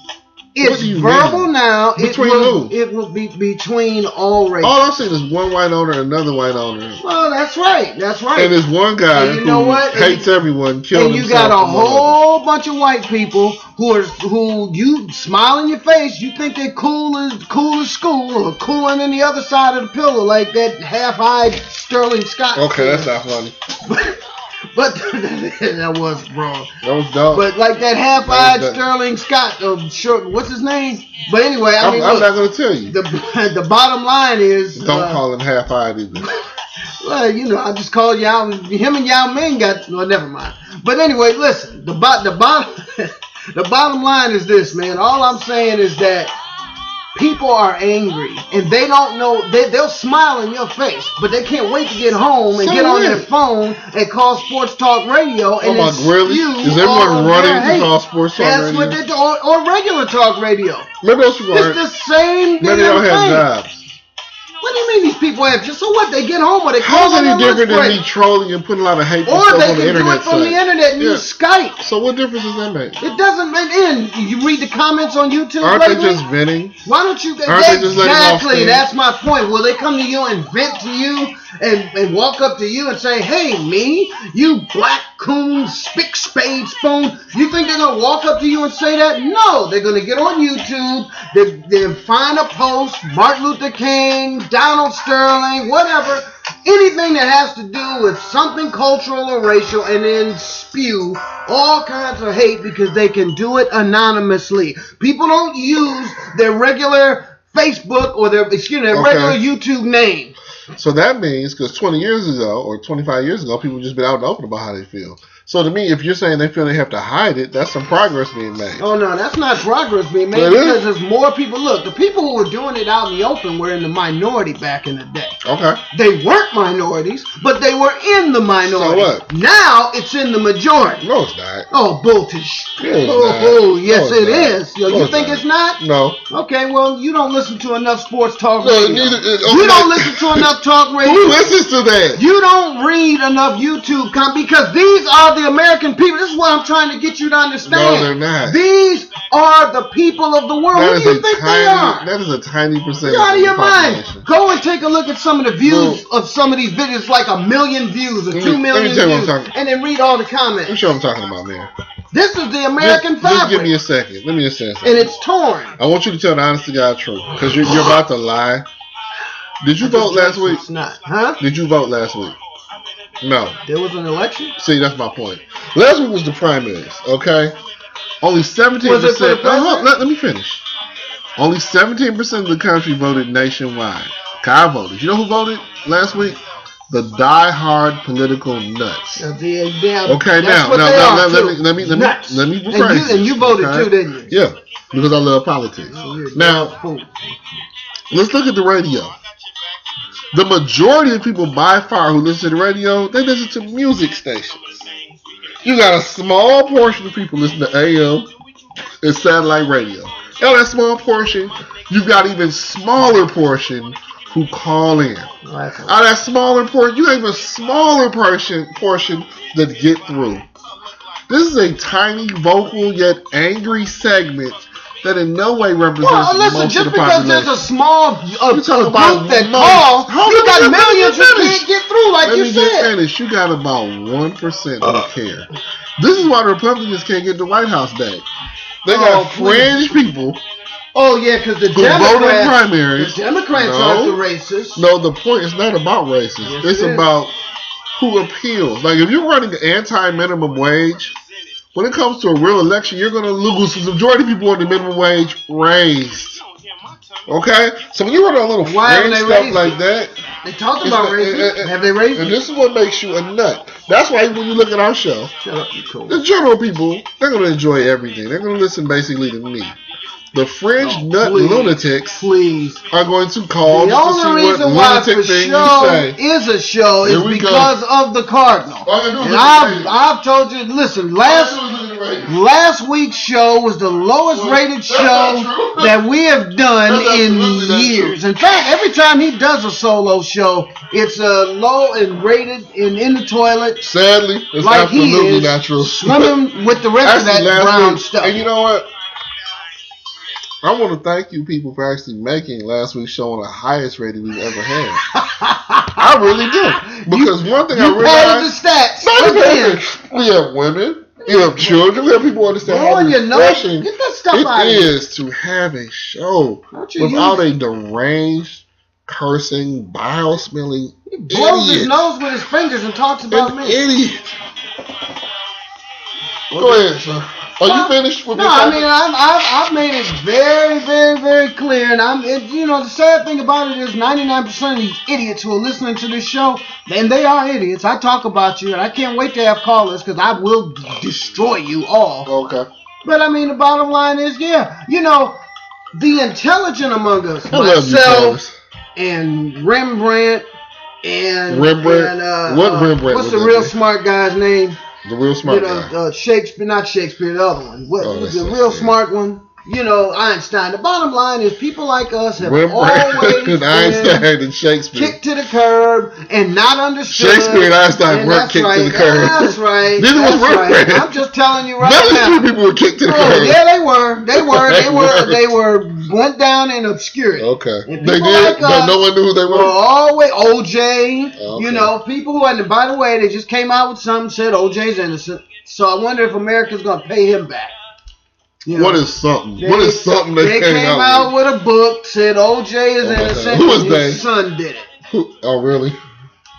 [SPEAKER 1] what
[SPEAKER 2] It's
[SPEAKER 1] do you
[SPEAKER 2] verbal
[SPEAKER 1] mean?
[SPEAKER 2] now.
[SPEAKER 1] Between
[SPEAKER 2] it will,
[SPEAKER 1] who?
[SPEAKER 2] It will be between all races.
[SPEAKER 1] All I'm saying is one white owner, and another white owner,
[SPEAKER 2] well, that's right. That's right.
[SPEAKER 1] and this one guy
[SPEAKER 2] And you
[SPEAKER 1] who
[SPEAKER 2] know what? And-
[SPEAKER 1] hates everyone, killed
[SPEAKER 2] and you got a whole bunch of white people who are who you smile in your face. You think they're cool as cool as school, or cooler than the other side of the pillow, like that half-eyed Sterling Scott.
[SPEAKER 1] Okay, that's not funny.
[SPEAKER 2] But that was wrong.
[SPEAKER 1] That was dumb.
[SPEAKER 2] But like that half-eyed
[SPEAKER 1] That was that-
[SPEAKER 2] Sterling Scott, um, sure, what's his name? But anyway, I
[SPEAKER 1] I'm,
[SPEAKER 2] mean,
[SPEAKER 1] I'm
[SPEAKER 2] look,
[SPEAKER 1] not gonna tell you.
[SPEAKER 2] the the bottom line is,
[SPEAKER 1] Don't
[SPEAKER 2] uh,
[SPEAKER 1] call him half eyed either.
[SPEAKER 2] well, you know, I just called Yao. Him and Yao Ming got. Well, never mind. But anyway, listen. The bo- the bottom the bottom line is this, man. All I'm saying is that people are angry and they don't know. They they'll smile in your face, but they can't wait to get home and
[SPEAKER 1] So
[SPEAKER 2] get on
[SPEAKER 1] what?
[SPEAKER 2] their phone and call Sports Talk Radio
[SPEAKER 1] Oh
[SPEAKER 2] and
[SPEAKER 1] my
[SPEAKER 2] then
[SPEAKER 1] really?
[SPEAKER 2] spew
[SPEAKER 1] Is
[SPEAKER 2] all
[SPEAKER 1] everyone
[SPEAKER 2] of
[SPEAKER 1] running
[SPEAKER 2] their
[SPEAKER 1] to
[SPEAKER 2] hate.
[SPEAKER 1] call sports on
[SPEAKER 2] That's
[SPEAKER 1] radio?
[SPEAKER 2] what they do, or, or regular talk radio.
[SPEAKER 1] Maybe those people
[SPEAKER 2] It's the
[SPEAKER 1] aren't.
[SPEAKER 2] same
[SPEAKER 1] Maybe they don't have
[SPEAKER 2] thing.
[SPEAKER 1] jobs.
[SPEAKER 2] What do you mean these people have? Just so what? They get home or they call
[SPEAKER 1] How's
[SPEAKER 2] on their
[SPEAKER 1] any
[SPEAKER 2] lunch
[SPEAKER 1] different than
[SPEAKER 2] break.
[SPEAKER 1] me trolling and putting a lot of hate and
[SPEAKER 2] Or
[SPEAKER 1] stuff
[SPEAKER 2] they
[SPEAKER 1] on the
[SPEAKER 2] can do it
[SPEAKER 1] internet
[SPEAKER 2] from the
[SPEAKER 1] site?
[SPEAKER 2] internet and
[SPEAKER 1] Yeah.
[SPEAKER 2] use Skype.
[SPEAKER 1] So what difference does that make?
[SPEAKER 2] It doesn't make in. You read the comments on YouTube
[SPEAKER 1] Aren't
[SPEAKER 2] lately.
[SPEAKER 1] they just venting?
[SPEAKER 2] Why don't you?
[SPEAKER 1] aren't they just letting off
[SPEAKER 2] exactly.
[SPEAKER 1] steam?
[SPEAKER 2] That's my point. Will they come to you and vent to you and, and walk up to you and say, "Hey, me, you black coon, spick spade spoon"? You think they're gonna walk up to you and say that? No, they're gonna get on YouTube. They they find a post, Martin Luther King, Donald Sterling, whatever. Anything that has to do with something cultural or racial, and then spew all kinds of hate because they can do it anonymously. People don't use their regular Facebook or their excuse me, their
[SPEAKER 1] Okay.
[SPEAKER 2] regular YouTube name.
[SPEAKER 1] So that means because 20 years ago or 25 years ago, people just been out and open about how they feel. So to me, if you're saying they feel they have to hide it, that's some progress being made.
[SPEAKER 2] Oh no, that's not progress being made
[SPEAKER 1] That is.
[SPEAKER 2] because there's more people. Look, the people who were doing it out in the open were in the minority back in the day.
[SPEAKER 1] Okay.
[SPEAKER 2] They weren't minorities, but they were in the minority.
[SPEAKER 1] what?
[SPEAKER 2] Now it's in the majority.
[SPEAKER 1] No, it's not.
[SPEAKER 2] Oh, bulltish.
[SPEAKER 1] Yeah, it's
[SPEAKER 2] oh,
[SPEAKER 1] not.
[SPEAKER 2] oh, yes,
[SPEAKER 1] No, it's
[SPEAKER 2] it
[SPEAKER 1] not.
[SPEAKER 2] is. Yo,
[SPEAKER 1] No,
[SPEAKER 2] you
[SPEAKER 1] it's
[SPEAKER 2] think
[SPEAKER 1] not.
[SPEAKER 2] it's not?
[SPEAKER 1] No.
[SPEAKER 2] Okay, well, you don't listen to enough sports talk
[SPEAKER 1] No,
[SPEAKER 2] radio.
[SPEAKER 1] neither- uh,
[SPEAKER 2] You
[SPEAKER 1] okay.
[SPEAKER 2] don't listen to enough talk radio.
[SPEAKER 1] Who listens to that?
[SPEAKER 2] You don't read enough YouTube com because these are the American people. This is what I'm trying to get you to understand.
[SPEAKER 1] No, they're not.
[SPEAKER 2] These are the people of the world.
[SPEAKER 1] That
[SPEAKER 2] Who
[SPEAKER 1] is
[SPEAKER 2] do you
[SPEAKER 1] a
[SPEAKER 2] think
[SPEAKER 1] tiny,
[SPEAKER 2] they are?
[SPEAKER 1] That is a tiny percentage.
[SPEAKER 2] You're out of
[SPEAKER 1] the
[SPEAKER 2] your mind.
[SPEAKER 1] population.
[SPEAKER 2] Go and take a look at some of the views of some of these videos, It's like a million views or
[SPEAKER 1] Let me-
[SPEAKER 2] two
[SPEAKER 1] let me
[SPEAKER 2] million
[SPEAKER 1] tell you what I'm
[SPEAKER 2] views,
[SPEAKER 1] talking-
[SPEAKER 2] and then read all the
[SPEAKER 1] I'm
[SPEAKER 2] comments.
[SPEAKER 1] sure I'm talking about, man.
[SPEAKER 2] This is the American
[SPEAKER 1] just, just
[SPEAKER 2] fabric,
[SPEAKER 1] give me a second. Let me just say something.
[SPEAKER 2] and it's torn.
[SPEAKER 1] I want you to tell the honest to God truth because you're, you're about to lie. Did you vote last week?
[SPEAKER 2] It's not, huh?
[SPEAKER 1] Did you vote last week? No.
[SPEAKER 2] There was an election.
[SPEAKER 1] See, that's my point. Last week was the primaries, okay? Only 17%.
[SPEAKER 2] Was it for the
[SPEAKER 1] No, hold-
[SPEAKER 2] president?
[SPEAKER 1] let, let me finish. Only 17% of the country voted nationwide. Kai voted. You know who voted last week? The diehard political nuts.
[SPEAKER 2] Now, they- they are-
[SPEAKER 1] Okay,
[SPEAKER 2] that's
[SPEAKER 1] now,
[SPEAKER 2] what
[SPEAKER 1] now,
[SPEAKER 2] they
[SPEAKER 1] now,
[SPEAKER 2] are,
[SPEAKER 1] now, let
[SPEAKER 2] too.
[SPEAKER 1] me, let me, let me,
[SPEAKER 2] Nuts.
[SPEAKER 1] let me
[SPEAKER 2] And
[SPEAKER 1] rephrase
[SPEAKER 2] you, and
[SPEAKER 1] this,
[SPEAKER 2] you voted
[SPEAKER 1] okay?
[SPEAKER 2] too, didn't you? Oh,
[SPEAKER 1] Yeah, because I love politics.
[SPEAKER 2] You're a
[SPEAKER 1] Now,
[SPEAKER 2] fool.
[SPEAKER 1] let's look at the radio. The majority of people by far who listen to the radio, they listen to music stations. You got a small portion of people listen to AM and satellite radio. Now that small portion, you've got even smaller portion who call in.
[SPEAKER 2] Oh, that's a-
[SPEAKER 1] Out of that smaller portion, you have a smaller portion portion that get through. This is a tiny, vocal yet angry segment that in no way represents
[SPEAKER 2] Well, listen,
[SPEAKER 1] most
[SPEAKER 2] just
[SPEAKER 1] of the
[SPEAKER 2] because
[SPEAKER 1] population.
[SPEAKER 2] there's a small uh,
[SPEAKER 1] You're talking
[SPEAKER 2] group
[SPEAKER 1] about
[SPEAKER 2] that
[SPEAKER 1] millions.
[SPEAKER 2] call,
[SPEAKER 1] Hold
[SPEAKER 2] you
[SPEAKER 1] on,
[SPEAKER 2] got
[SPEAKER 1] let me
[SPEAKER 2] millions who
[SPEAKER 1] finish.
[SPEAKER 2] can't get through, like
[SPEAKER 1] Let
[SPEAKER 2] you
[SPEAKER 1] me just
[SPEAKER 2] said.
[SPEAKER 1] finish. You got about one percent who care. This is why the Republicans can't get the White House back. They
[SPEAKER 2] Oh,
[SPEAKER 1] got
[SPEAKER 2] please.
[SPEAKER 1] fringe people
[SPEAKER 2] Oh yeah, because the
[SPEAKER 1] who vote in
[SPEAKER 2] Democrats, the
[SPEAKER 1] primaries.
[SPEAKER 2] Democrats
[SPEAKER 1] No.
[SPEAKER 2] are the racists.
[SPEAKER 1] No, the point is not about racism.
[SPEAKER 2] Yes,
[SPEAKER 1] it's
[SPEAKER 2] it is.
[SPEAKER 1] about who appeals. Like if you're running anti-minimum wage, when it comes to a real election, you're going to lose because the majority of people want the minimum wage raised. Okay, so when you run a little
[SPEAKER 2] Why
[SPEAKER 1] fringe
[SPEAKER 2] haven't they
[SPEAKER 1] stuff
[SPEAKER 2] raised
[SPEAKER 1] like
[SPEAKER 2] it?
[SPEAKER 1] that,
[SPEAKER 2] They talked
[SPEAKER 1] it's uh,
[SPEAKER 2] about
[SPEAKER 1] the-
[SPEAKER 2] raising.
[SPEAKER 1] and- and-
[SPEAKER 2] Have they raised?
[SPEAKER 1] and
[SPEAKER 2] it?
[SPEAKER 1] this is what makes you a nut. That's why when you look at our show,
[SPEAKER 2] Shut up, you cool.
[SPEAKER 1] the general people, they're going to enjoy everything. They're going to listen basically to me. The fringe
[SPEAKER 2] No,
[SPEAKER 1] nut
[SPEAKER 2] please.
[SPEAKER 1] lunatics
[SPEAKER 2] Please.
[SPEAKER 1] are going to call
[SPEAKER 2] The
[SPEAKER 1] just to
[SPEAKER 2] only
[SPEAKER 1] see what
[SPEAKER 2] reason why
[SPEAKER 1] lunatic
[SPEAKER 2] the
[SPEAKER 1] thing you
[SPEAKER 2] show
[SPEAKER 1] say.
[SPEAKER 2] is a show
[SPEAKER 1] Here
[SPEAKER 2] is
[SPEAKER 1] we go.
[SPEAKER 2] because of the Cardinal.
[SPEAKER 1] All I gotta do is
[SPEAKER 2] And
[SPEAKER 1] look at the
[SPEAKER 2] I've,
[SPEAKER 1] radio.
[SPEAKER 2] I've told you, listen,
[SPEAKER 1] All
[SPEAKER 2] last
[SPEAKER 1] I gotta do is look at the radio.
[SPEAKER 2] last week's show was the lowest
[SPEAKER 1] Well,
[SPEAKER 2] rated
[SPEAKER 1] that's
[SPEAKER 2] show
[SPEAKER 1] not true.
[SPEAKER 2] that we have done
[SPEAKER 1] That's
[SPEAKER 2] in
[SPEAKER 1] absolutely not
[SPEAKER 2] years.
[SPEAKER 1] true.
[SPEAKER 2] In fact, every time he does a solo show, it's a low and rated and in the toilet,
[SPEAKER 1] Sadly, it's
[SPEAKER 2] Like he
[SPEAKER 1] absolutely
[SPEAKER 2] is,
[SPEAKER 1] natural.
[SPEAKER 2] swimming with the rest of that brown stuff.
[SPEAKER 1] And you know what? I want to thank you people for actually making last week's show on the highest rating we've ever had. I really do. Because one thing I
[SPEAKER 2] you padded
[SPEAKER 1] realized,
[SPEAKER 2] the stats.
[SPEAKER 1] Not
[SPEAKER 2] Again,
[SPEAKER 1] even- we have women, we have children, we have people who understand how
[SPEAKER 2] blowing your nose.
[SPEAKER 1] refreshing
[SPEAKER 2] Get that stuff out
[SPEAKER 1] it
[SPEAKER 2] of here.
[SPEAKER 1] is to have a show
[SPEAKER 2] Don't you
[SPEAKER 1] without
[SPEAKER 2] use-
[SPEAKER 1] a deranged, cursing, bile smelling
[SPEAKER 2] blows his
[SPEAKER 1] idiot.
[SPEAKER 2] nose with his fingers and talks about
[SPEAKER 1] An
[SPEAKER 2] me.
[SPEAKER 1] idiot. Go ahead, sir. Are you finished with
[SPEAKER 2] No,
[SPEAKER 1] your
[SPEAKER 2] I
[SPEAKER 1] topic?
[SPEAKER 2] mean I've, I've, I've made it very, very, very clear, and I'm it, you know the sad thing about it is 99% of these idiots who are listening to this show, and they are idiots. I talk about you, and I can't wait to have callers because I will destroy you all.
[SPEAKER 1] Okay.
[SPEAKER 2] But I mean the bottom line is, yeah, you know the intelligent among us,
[SPEAKER 1] I love you,
[SPEAKER 2] myself
[SPEAKER 1] Travis.
[SPEAKER 2] and Rembrandt and
[SPEAKER 1] Rembrandt?
[SPEAKER 2] and, uh,
[SPEAKER 1] What
[SPEAKER 2] uh,
[SPEAKER 1] Rembrandt
[SPEAKER 2] What's
[SPEAKER 1] was
[SPEAKER 2] the
[SPEAKER 1] that
[SPEAKER 2] real
[SPEAKER 1] name?
[SPEAKER 2] smart guy's name?
[SPEAKER 1] The real smart
[SPEAKER 2] you know,
[SPEAKER 1] guy.
[SPEAKER 2] uh, Shakespeare, not Shakespeare, the other one. What
[SPEAKER 1] Oh,
[SPEAKER 2] was
[SPEAKER 1] that's
[SPEAKER 2] the
[SPEAKER 1] it,
[SPEAKER 2] real
[SPEAKER 1] yeah.
[SPEAKER 2] smart one? You know, Einstein. The bottom line is people like us have always
[SPEAKER 1] Rembrandt and
[SPEAKER 2] been
[SPEAKER 1] Einstein and Shakespeare.
[SPEAKER 2] kicked to the curb and not understood.
[SPEAKER 1] Shakespeare and Einstein
[SPEAKER 2] And
[SPEAKER 1] weren't
[SPEAKER 2] that's
[SPEAKER 1] kicked to
[SPEAKER 2] right,
[SPEAKER 1] the curb.
[SPEAKER 2] That's right.
[SPEAKER 1] Neither was
[SPEAKER 2] that's right.
[SPEAKER 1] Rembrandt.
[SPEAKER 2] I'm just telling you right
[SPEAKER 1] None of these
[SPEAKER 2] now.
[SPEAKER 1] three people were kicked to the
[SPEAKER 2] Oh,
[SPEAKER 1] curb.
[SPEAKER 2] yeah, they were. They were. They
[SPEAKER 1] They
[SPEAKER 2] were.
[SPEAKER 1] weren't.
[SPEAKER 2] They were. Went down in obscurity.
[SPEAKER 1] Okay.
[SPEAKER 2] If
[SPEAKER 1] They
[SPEAKER 2] people
[SPEAKER 1] did,
[SPEAKER 2] like us
[SPEAKER 1] but no one knew who they
[SPEAKER 2] Well,
[SPEAKER 1] were.
[SPEAKER 2] always OJ.
[SPEAKER 1] Okay.
[SPEAKER 2] You know, people who, and by the way, they just came out with something said OJ's innocent. So I wonder if America's gonna pay him back. You know,
[SPEAKER 1] What is something? what is something they,
[SPEAKER 2] they
[SPEAKER 1] came, out, with?
[SPEAKER 2] with? a book said OJ is
[SPEAKER 1] Oh my God.
[SPEAKER 2] innocent.
[SPEAKER 1] Who is
[SPEAKER 2] and his
[SPEAKER 1] they?
[SPEAKER 2] son did it.
[SPEAKER 1] Who- Oh, really?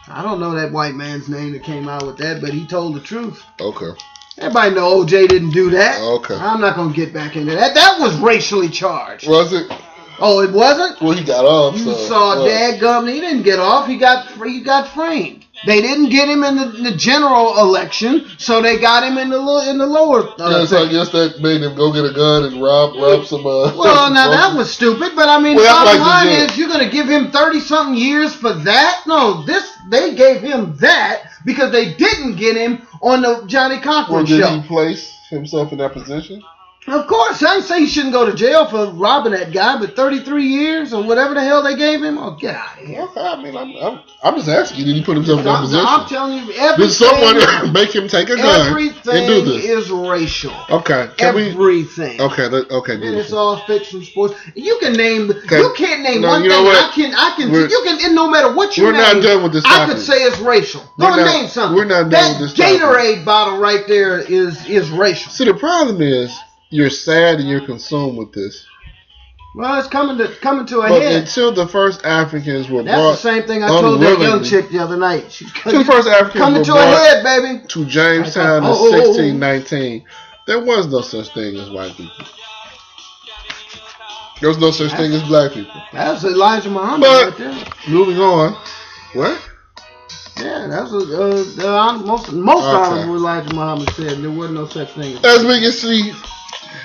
[SPEAKER 2] I don't know that white man's name that came out with that, but he told the truth.
[SPEAKER 1] Okay.
[SPEAKER 2] Everybody know OJ didn't do that.
[SPEAKER 1] Okay.
[SPEAKER 2] I'm not gonna get back into that. That was racially charged.
[SPEAKER 1] Was it?
[SPEAKER 2] Oh, it wasn't.
[SPEAKER 1] Well, he got off.
[SPEAKER 2] You
[SPEAKER 1] so, uh,
[SPEAKER 2] saw
[SPEAKER 1] well,
[SPEAKER 2] dadgum. He didn't get off. He got he got framed. They didn't get him in the, the general election, so they got him in the lo- in the lower. Uh,
[SPEAKER 1] Yeah, so I
[SPEAKER 2] thing.
[SPEAKER 1] guess that made him go get a gun and rob rob some. Uh,
[SPEAKER 2] Well, now that was stupid, but I mean,
[SPEAKER 1] Well, that's
[SPEAKER 2] bottom
[SPEAKER 1] like
[SPEAKER 2] line
[SPEAKER 1] the jail.
[SPEAKER 2] is you're gonna give him thirty something years for that? No, this they gave him that because they didn't get him on the Johnny
[SPEAKER 1] Well,
[SPEAKER 2] Cochran
[SPEAKER 1] did
[SPEAKER 2] show.
[SPEAKER 1] he place himself in that position?
[SPEAKER 2] Of course, I didn't say he shouldn't go to jail for robbing that guy, but thirty three years or whatever the hell they gave him. Oh, get out of here.
[SPEAKER 1] Okay, I mean, I'm, I'm, I'm just asking. Did he put himself in that
[SPEAKER 2] I'm,
[SPEAKER 1] position?
[SPEAKER 2] I'm telling you, everything.
[SPEAKER 1] Did someone make him take a gun and
[SPEAKER 2] Everything
[SPEAKER 1] do this?
[SPEAKER 2] is racial.
[SPEAKER 1] Okay, can we?
[SPEAKER 2] everything.
[SPEAKER 1] Okay, that, okay,
[SPEAKER 2] And it's
[SPEAKER 1] beautiful.
[SPEAKER 2] all fiction sports. You can name.
[SPEAKER 1] Okay.
[SPEAKER 2] You can't name
[SPEAKER 1] No,
[SPEAKER 2] one
[SPEAKER 1] you know
[SPEAKER 2] thing.
[SPEAKER 1] what?
[SPEAKER 2] I can. I can.
[SPEAKER 1] We're-
[SPEAKER 2] you can. And no matter what you
[SPEAKER 1] We're
[SPEAKER 2] name,
[SPEAKER 1] not done with this
[SPEAKER 2] I
[SPEAKER 1] topic.
[SPEAKER 2] could say it's racial. Go
[SPEAKER 1] We're
[SPEAKER 2] and
[SPEAKER 1] not-
[SPEAKER 2] name something.
[SPEAKER 1] we're not done
[SPEAKER 2] that
[SPEAKER 1] with this topic.
[SPEAKER 2] Gatorade bottle right there is is racial.
[SPEAKER 1] See, the problem is you're sad and you're consumed with this.
[SPEAKER 2] Well, it's coming to coming to a
[SPEAKER 1] But
[SPEAKER 2] head.
[SPEAKER 1] until the first Africans were
[SPEAKER 2] That's the
[SPEAKER 1] brought,
[SPEAKER 2] same thing I told that young
[SPEAKER 1] unwillingly.
[SPEAKER 2] chick the other night. She's
[SPEAKER 1] until
[SPEAKER 2] coming,
[SPEAKER 1] the first Africans were
[SPEAKER 2] coming to a
[SPEAKER 1] brought
[SPEAKER 2] head, baby.
[SPEAKER 1] to Jamestown in
[SPEAKER 2] Oh, oh, oh, oh.
[SPEAKER 1] 1619, there was no such thing as white people. There was no such thing as black people.
[SPEAKER 2] That's Elijah Muhammad
[SPEAKER 1] But-
[SPEAKER 2] right there.
[SPEAKER 1] Moving on. What?
[SPEAKER 2] Yeah, that's what uh, the hon- most most
[SPEAKER 1] Okay.
[SPEAKER 2] honorable Elijah Muhammad said. There wasn't no such thing. As,
[SPEAKER 1] As we can see,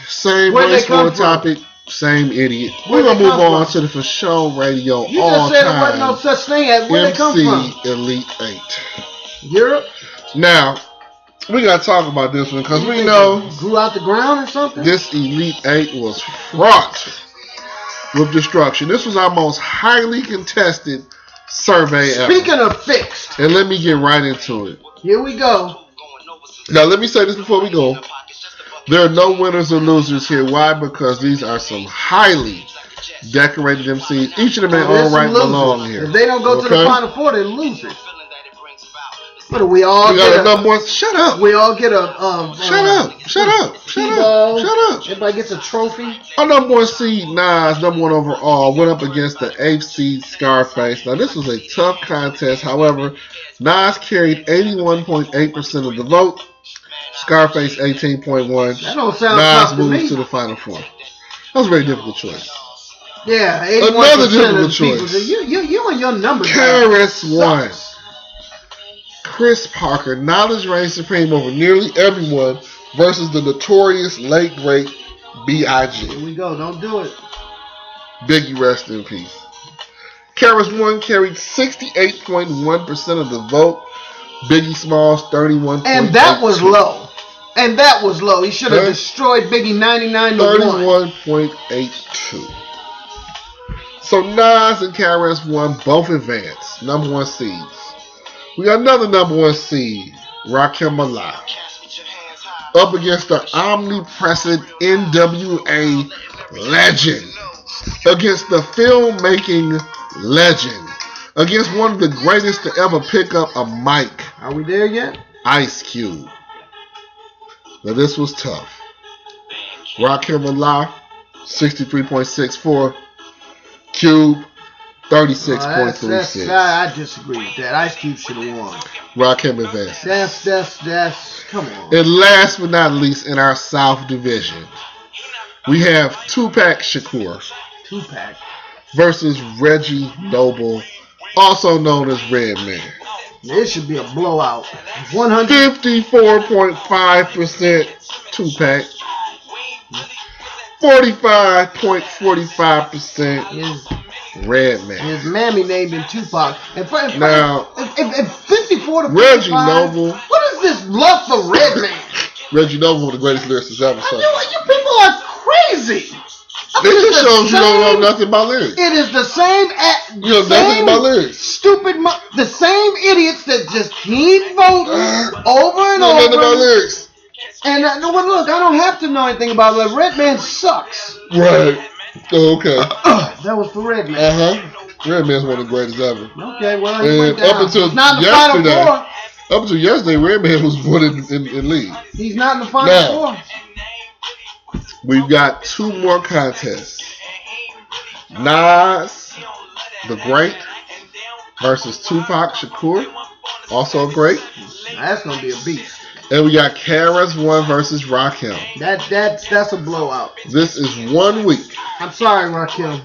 [SPEAKER 1] same
[SPEAKER 2] Where'd they
[SPEAKER 1] race
[SPEAKER 2] come
[SPEAKER 1] war
[SPEAKER 2] from?
[SPEAKER 1] topic, same idiot.
[SPEAKER 2] Where'd
[SPEAKER 1] We're gonna
[SPEAKER 2] they
[SPEAKER 1] move
[SPEAKER 2] come
[SPEAKER 1] on
[SPEAKER 2] from?
[SPEAKER 1] to the for show radio
[SPEAKER 2] you
[SPEAKER 1] all
[SPEAKER 2] just said there wasn't
[SPEAKER 1] time.
[SPEAKER 2] no such thing as where they come
[SPEAKER 1] MC
[SPEAKER 2] from.
[SPEAKER 1] Elite Eight.
[SPEAKER 2] Europe.
[SPEAKER 1] Now, we gotta talk about this one because
[SPEAKER 2] You
[SPEAKER 1] we
[SPEAKER 2] think
[SPEAKER 1] know
[SPEAKER 2] they grew out the ground or something.
[SPEAKER 1] this Elite Eight was fraught with destruction. This was our most highly contested survey ever.
[SPEAKER 2] Speaking of fixed,
[SPEAKER 1] And let me get right into it.
[SPEAKER 2] here we go.
[SPEAKER 1] Now, let me say this before we go. There are no winners or losers here. Why? Because these are some highly decorated MCs. Each of them in their
[SPEAKER 2] Oh, There's
[SPEAKER 1] own
[SPEAKER 2] some
[SPEAKER 1] right
[SPEAKER 2] losers.
[SPEAKER 1] belong here.
[SPEAKER 2] If they don't go to the
[SPEAKER 1] Okay?
[SPEAKER 2] final four, they're losers. But we all
[SPEAKER 1] We
[SPEAKER 2] get
[SPEAKER 1] got a
[SPEAKER 2] a,
[SPEAKER 1] number one. Shut up.
[SPEAKER 2] we all get a um,
[SPEAKER 1] Shut
[SPEAKER 2] um,
[SPEAKER 1] up. Shut up. Shut up.
[SPEAKER 2] T-ball.
[SPEAKER 1] Shut up.
[SPEAKER 2] Everybody gets a trophy.
[SPEAKER 1] Our number one seed, Nas, number one overall, went up against the eighth seed, Scarface. Now, this was a tough contest. However, Nas carried 81.8% of the vote, Scarface 18.1.
[SPEAKER 2] That don't sound
[SPEAKER 1] Nas
[SPEAKER 2] tough to
[SPEAKER 1] moves to
[SPEAKER 2] me.
[SPEAKER 1] the final four. That was a very difficult choice.
[SPEAKER 2] Yeah,
[SPEAKER 1] Another
[SPEAKER 2] 81%
[SPEAKER 1] difficult
[SPEAKER 2] of the people
[SPEAKER 1] choice.
[SPEAKER 2] say, You, you, you and your numbers. man.
[SPEAKER 1] Karis won. Chris Parker, knowledge reigns supreme over nearly everyone versus the notorious late great B.I.G.
[SPEAKER 2] Here we go. Don't do it.
[SPEAKER 1] Biggie, rest in peace. Karis one carried 68.1% of the vote. Biggie Smalls, 31.
[SPEAKER 2] And that was low. And that was low. He should have
[SPEAKER 1] Thirty-
[SPEAKER 2] destroyed Biggie 99 to 1.
[SPEAKER 1] 31.82. So Nas and KRS One both advance, number one seeds. We got another number one seed, Rakim Malak, up against the omnipresent NWA legend, against the filmmaking legend, against one of the greatest to ever pick up a mic.
[SPEAKER 2] Are we there yet?
[SPEAKER 1] Ice Cube. Now this was tough. Rakim Allah, 63.64. Cube,
[SPEAKER 2] Uh, that's- that's-
[SPEAKER 1] 36.36.
[SPEAKER 2] I, I disagree with that. Ice Cube should have won.
[SPEAKER 1] Rakim advances.
[SPEAKER 2] That's, that's, that's. Come on.
[SPEAKER 1] And last but not least, in our South Division, we have Tupac Shakur
[SPEAKER 2] Tupac.
[SPEAKER 1] versus Reggie Noble, also known as Redman.
[SPEAKER 2] This should be a blowout. 100.
[SPEAKER 1] 54.5% Tupac. 45.45%
[SPEAKER 2] His,
[SPEAKER 1] Redman.
[SPEAKER 2] his mammy named him Tupac. And for, and for-
[SPEAKER 1] Now-
[SPEAKER 2] if, if, if 54 to
[SPEAKER 1] Reggie
[SPEAKER 2] 55,
[SPEAKER 1] Noble.
[SPEAKER 2] What is this love for Redman?
[SPEAKER 1] Reggie Noble, one of the greatest lyricists ever.
[SPEAKER 2] I
[SPEAKER 1] So
[SPEAKER 2] mean, what- you people are crazy. I mean,
[SPEAKER 1] this
[SPEAKER 2] it's
[SPEAKER 1] just
[SPEAKER 2] the
[SPEAKER 1] shows you don't
[SPEAKER 2] same-
[SPEAKER 1] know nothing about lyrics.
[SPEAKER 2] It is the same at
[SPEAKER 1] You know nothing
[SPEAKER 2] same
[SPEAKER 1] about lyrics.
[SPEAKER 2] stupid, mu- the same idiots that just keep voting
[SPEAKER 1] Uh,
[SPEAKER 2] over
[SPEAKER 1] You
[SPEAKER 2] and
[SPEAKER 1] know nothing about
[SPEAKER 2] over.
[SPEAKER 1] lyrics.
[SPEAKER 2] And uh, no, but look, I don't have to know anything about that. Redman sucks.
[SPEAKER 1] Right. Oh, Okay.
[SPEAKER 2] that was for Redman.
[SPEAKER 1] Uh huh. Redman's one of the greatest ever.
[SPEAKER 2] Okay, well he
[SPEAKER 1] And
[SPEAKER 2] went down.
[SPEAKER 1] Uh-huh. Uh, up until
[SPEAKER 2] He's not in the
[SPEAKER 1] yesterday-
[SPEAKER 2] final four.
[SPEAKER 1] Up until yesterday, Redman was one in, in, in league.
[SPEAKER 2] He's not in the final
[SPEAKER 1] Now.
[SPEAKER 2] four.
[SPEAKER 1] We've got two more contests. Nas, the Great, versus Tupac Shakur, also great.
[SPEAKER 2] Now, that's gonna be a beast.
[SPEAKER 1] And we got Karis One versus Rakim.
[SPEAKER 2] That that that's a blowout.
[SPEAKER 1] This is one week.
[SPEAKER 2] I'm sorry, Rakim.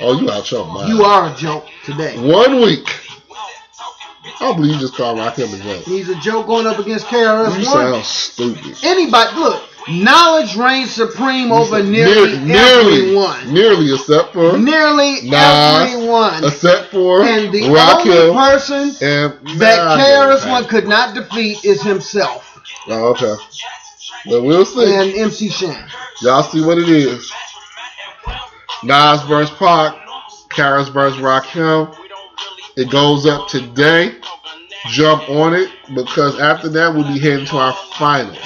[SPEAKER 1] Oh, you out your mind.
[SPEAKER 2] You are a joke today.
[SPEAKER 1] One week. I don't believe you just called Rakim a joke.
[SPEAKER 2] He's a joke going up against
[SPEAKER 1] You
[SPEAKER 2] KRS One.
[SPEAKER 1] sound stupid.
[SPEAKER 2] Anybody, look, knowledge reigns supreme over nearly
[SPEAKER 1] Near- nearly,
[SPEAKER 2] everyone.
[SPEAKER 1] nearly, except for,
[SPEAKER 2] Nearly
[SPEAKER 1] Nas,
[SPEAKER 2] everyone.
[SPEAKER 1] except for
[SPEAKER 2] And the only
[SPEAKER 1] Rakim
[SPEAKER 2] person
[SPEAKER 1] and
[SPEAKER 2] that
[SPEAKER 1] Nas.
[SPEAKER 2] KRS One could not defeat is himself
[SPEAKER 1] Oh, okay. Well, we'll see.
[SPEAKER 2] and MC Shan.
[SPEAKER 1] Y'all see what it is. Nas versus Pac, Karis versus Rakim. It goes up today. Jump on it because after that we'll be heading to our finals.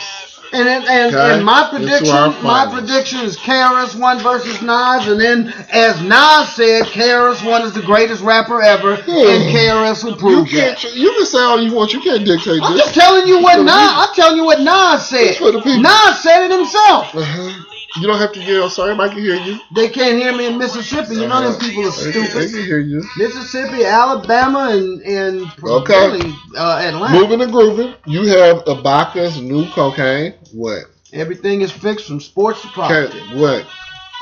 [SPEAKER 2] And and, and,
[SPEAKER 1] Okay,
[SPEAKER 2] and my
[SPEAKER 1] into
[SPEAKER 2] prediction,
[SPEAKER 1] our
[SPEAKER 2] my
[SPEAKER 1] finals.
[SPEAKER 2] prediction is KRS One versus Nas, and then as Nas said, KRS One is the greatest rapper ever, and KRS will
[SPEAKER 1] Hmm. You
[SPEAKER 2] prove
[SPEAKER 1] can't.
[SPEAKER 2] that.
[SPEAKER 1] You can say all you want. You can't dictate
[SPEAKER 2] I'm just
[SPEAKER 1] this.
[SPEAKER 2] telling you
[SPEAKER 1] for
[SPEAKER 2] what
[SPEAKER 1] the
[SPEAKER 2] Nas.
[SPEAKER 1] people.
[SPEAKER 2] I'm telling you what Nas said.
[SPEAKER 1] It's for the people.
[SPEAKER 2] Nas said it himself.
[SPEAKER 1] Uh-huh. You don't have to yell. Sorry, I can hear you.
[SPEAKER 2] They can't hear me in Mississippi. You know them people are
[SPEAKER 1] They can- They
[SPEAKER 2] stupid.
[SPEAKER 1] can hear you.
[SPEAKER 2] Mississippi, Alabama, and and
[SPEAKER 1] Okay.
[SPEAKER 2] really, uh, Atlanta.
[SPEAKER 1] Moving and grooving. You have Ibaka's new cocaine. What?
[SPEAKER 2] Everything is fixed from sports to politics.
[SPEAKER 1] Okay. What?